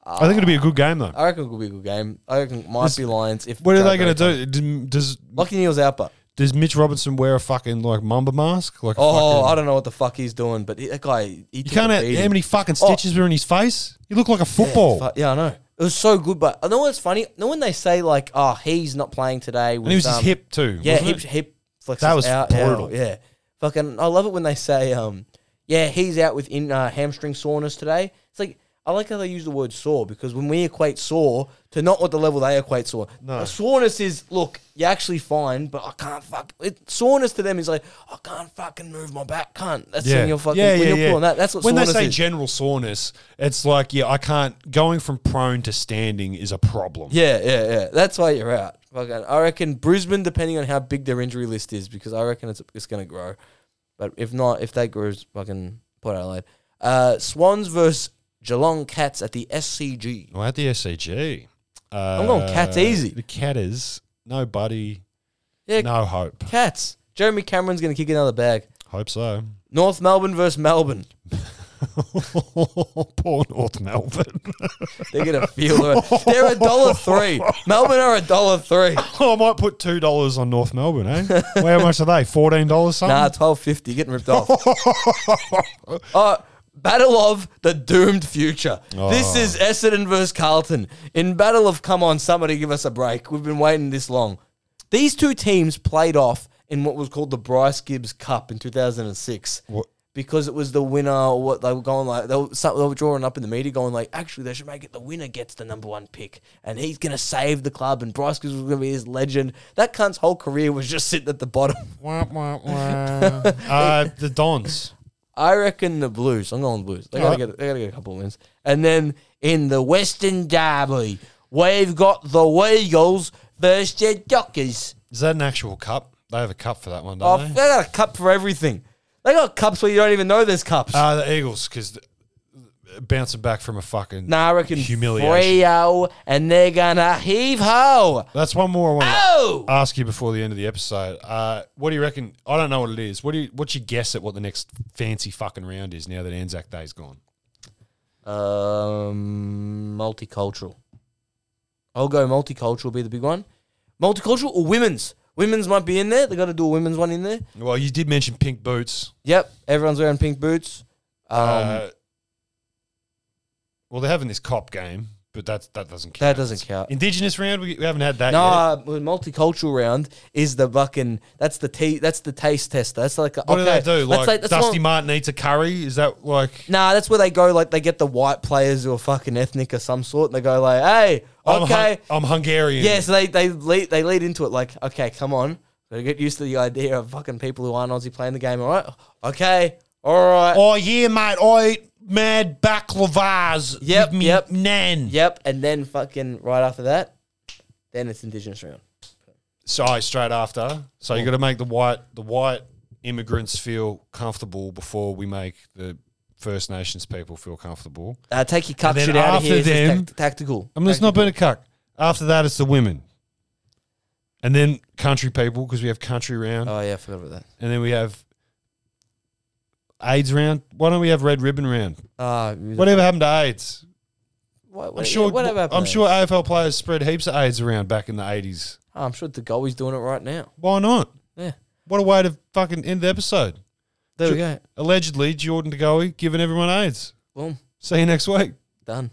Speaker 9: I think it'll be a good game though.
Speaker 10: I reckon it could be a good game. I reckon it might
Speaker 9: This-
Speaker 10: be Lions. If
Speaker 9: What are
Speaker 10: Jared
Speaker 9: they going
Speaker 10: Berger-
Speaker 9: to do? Do- Does
Speaker 10: Lucky Neil's out, but
Speaker 9: does Mitch Robinson wear a fucking like mamba mask? Like a
Speaker 10: oh,
Speaker 9: fucking-
Speaker 10: I don't know what the fuck he's doing, but he- that guy. He
Speaker 9: you can't. Have, how many fucking stitches were in his face? He looked like a football.
Speaker 10: Oh. Yeah, I know. It was so good, but I know what's funny. You Know when they say like, "Oh, he's not playing today," with,
Speaker 9: was his
Speaker 10: um,
Speaker 9: hip too,
Speaker 10: Yeah,
Speaker 9: wasn't
Speaker 10: hip,
Speaker 9: it?
Speaker 10: hip flexes.
Speaker 9: That was
Speaker 10: out,
Speaker 9: brutal.
Speaker 10: out, yeah, fucking. I love it when they say, um, "Yeah, he's out with in uh, hamstring soreness today." It's like I like how they use the word sore because when we equate sore to not what the level they equate sore. A soreness is look, you're actually fine, but I can't fuck. It, soreness to them is like I can't fucking move my back, cunt. That's when you're fucking when you're pulling that. That's what
Speaker 9: when they
Speaker 10: soreness
Speaker 9: say
Speaker 10: is.
Speaker 9: general soreness, it's like yeah, I can't. Going from prone to standing is a problem.
Speaker 10: Yeah, yeah, yeah. That's why you're out. Fucking, I reckon Brisbane, depending on how big their injury list is, because I reckon it's it's going to grow. But if not, if that grows, fucking Port Adelaide. Uh, Swans versus Geelong Cats at the SCG.
Speaker 9: Well, at the SCG, uh,
Speaker 10: I'm going Cats easy.
Speaker 9: The cat is nobody,
Speaker 10: Yeah,
Speaker 9: no hope.
Speaker 10: Cats. Jeremy Cameron's going to kick another bag.
Speaker 9: Hope so.
Speaker 10: North Melbourne versus Melbourne.
Speaker 9: Poor North Melbourne.
Speaker 10: They're gonna feel it. They're a dollar three. Melbourne are a dollar three.
Speaker 9: Oh, I might put two dollars on North Melbourne. Eh? Well, how much are they? Fourteen dollars something.
Speaker 10: Nah, twelve fifty. Getting ripped off. uh, battle of the doomed future. This
Speaker 9: Oh.
Speaker 10: is Essendon versus Carlton. In battle of come on, somebody give us a break. We've been waiting this long. These two teams played off in what was called the Bryce Gibbs Cup in two thousand and six. Because it was the winner, or what they were going like, they were, some- they were drawing up in the media, going like, actually, they should make it the winner gets the number one pick, and he's gonna save the club, and Bryce Gibbs was gonna be his legend. That cunt's whole career was just sitting at the bottom.
Speaker 9: uh, the Dons.
Speaker 10: I reckon the Blues. I'm going Blues. They gotta
Speaker 9: Alright.
Speaker 10: get they gotta get a couple of wins. And then in the Western Derby, we've got the Weagles versus the Dockers.
Speaker 9: Is that an actual cup? They have a cup for that one,
Speaker 10: Oh,
Speaker 9: don't
Speaker 10: they
Speaker 9: they?
Speaker 10: got a cup for everything. They got cups where you don't even know there's cups.
Speaker 9: Uh, the Eagles, because bouncing back from a fucking
Speaker 10: nah, I reckon
Speaker 9: humiliation.
Speaker 10: Freo, and they're gonna heave ho.
Speaker 9: That's one more I want
Speaker 10: Oh!
Speaker 9: to ask you before the end of the episode. Uh, what do you reckon? I don't know what it is. What do you? What's your guess at what the next fancy fucking round is now that Anzac Day's gone?
Speaker 10: Um, multicultural. I'll go multicultural. Be the big one. Multicultural or women's. Women's might be in there. They got to do a women's one in there.
Speaker 9: Well, you did mention pink boots.
Speaker 10: Yep, everyone's wearing pink boots. Um,
Speaker 9: Uh, well, they're having this cop game, but that that doesn't count.
Speaker 10: that doesn't count.
Speaker 9: Indigenous round, we, we haven't had that. yet.
Speaker 10: Nah, the multicultural round is the fucking. That's the tea. That's the taste tester. That's like a,
Speaker 9: What
Speaker 10: okay,
Speaker 9: do they do?
Speaker 10: let's
Speaker 9: Like
Speaker 10: say- that's
Speaker 9: Dusty
Speaker 10: one-
Speaker 9: Martin eats a curry? Is that like?
Speaker 10: Nah, that's where they go. Like they get the white players who are fucking ethnic or some sort, and they go like, "Hey,
Speaker 9: I'm
Speaker 10: okay,
Speaker 9: Hun- I'm Hungarian.
Speaker 10: Yeah, so they they lead, they lead into it like, okay, come on, gotta get used to the idea of fucking people who aren't Aussie playing the game. All right, okay, all right.
Speaker 9: Oh yeah, mate. I eat mad baklavas.
Speaker 10: Yep,
Speaker 9: with me
Speaker 10: yep,
Speaker 9: nan.
Speaker 10: Yep, and then fucking right after that, then it's Indigenous round.
Speaker 9: Sorry, straight after. So you got to make the white the white immigrants feel comfortable before we make the First Nations people feel comfortable.
Speaker 10: Uh, take your cuck
Speaker 9: And then
Speaker 10: shit out of
Speaker 9: after
Speaker 10: here. This is
Speaker 9: them-
Speaker 10: tac- tactical.
Speaker 9: I mean, it's not been a cuck. After that, it's the women, and then country people because we have country round,
Speaker 10: Oh yeah, I forgot about that.
Speaker 9: and then we have AIDS round. Why don't we have red ribbon round?
Speaker 10: Uh,
Speaker 9: Whatever happened to AIDS?
Speaker 10: What,
Speaker 9: I'm sure.
Speaker 10: Whatever happened
Speaker 9: I'm
Speaker 10: to
Speaker 9: sure
Speaker 10: that?
Speaker 9: AFL players spread heaps of AIDS around back in the eighties.
Speaker 10: Oh, I'm sure the goalie's doing it right now.
Speaker 9: Why not?
Speaker 10: Yeah.
Speaker 9: What a way to fucking end the episode.
Speaker 10: There we
Speaker 9: Ju-
Speaker 10: go.
Speaker 9: Allegedly, Jordan DeGoey giving everyone AIDS.
Speaker 10: Boom.
Speaker 9: See you next week.
Speaker 10: Done.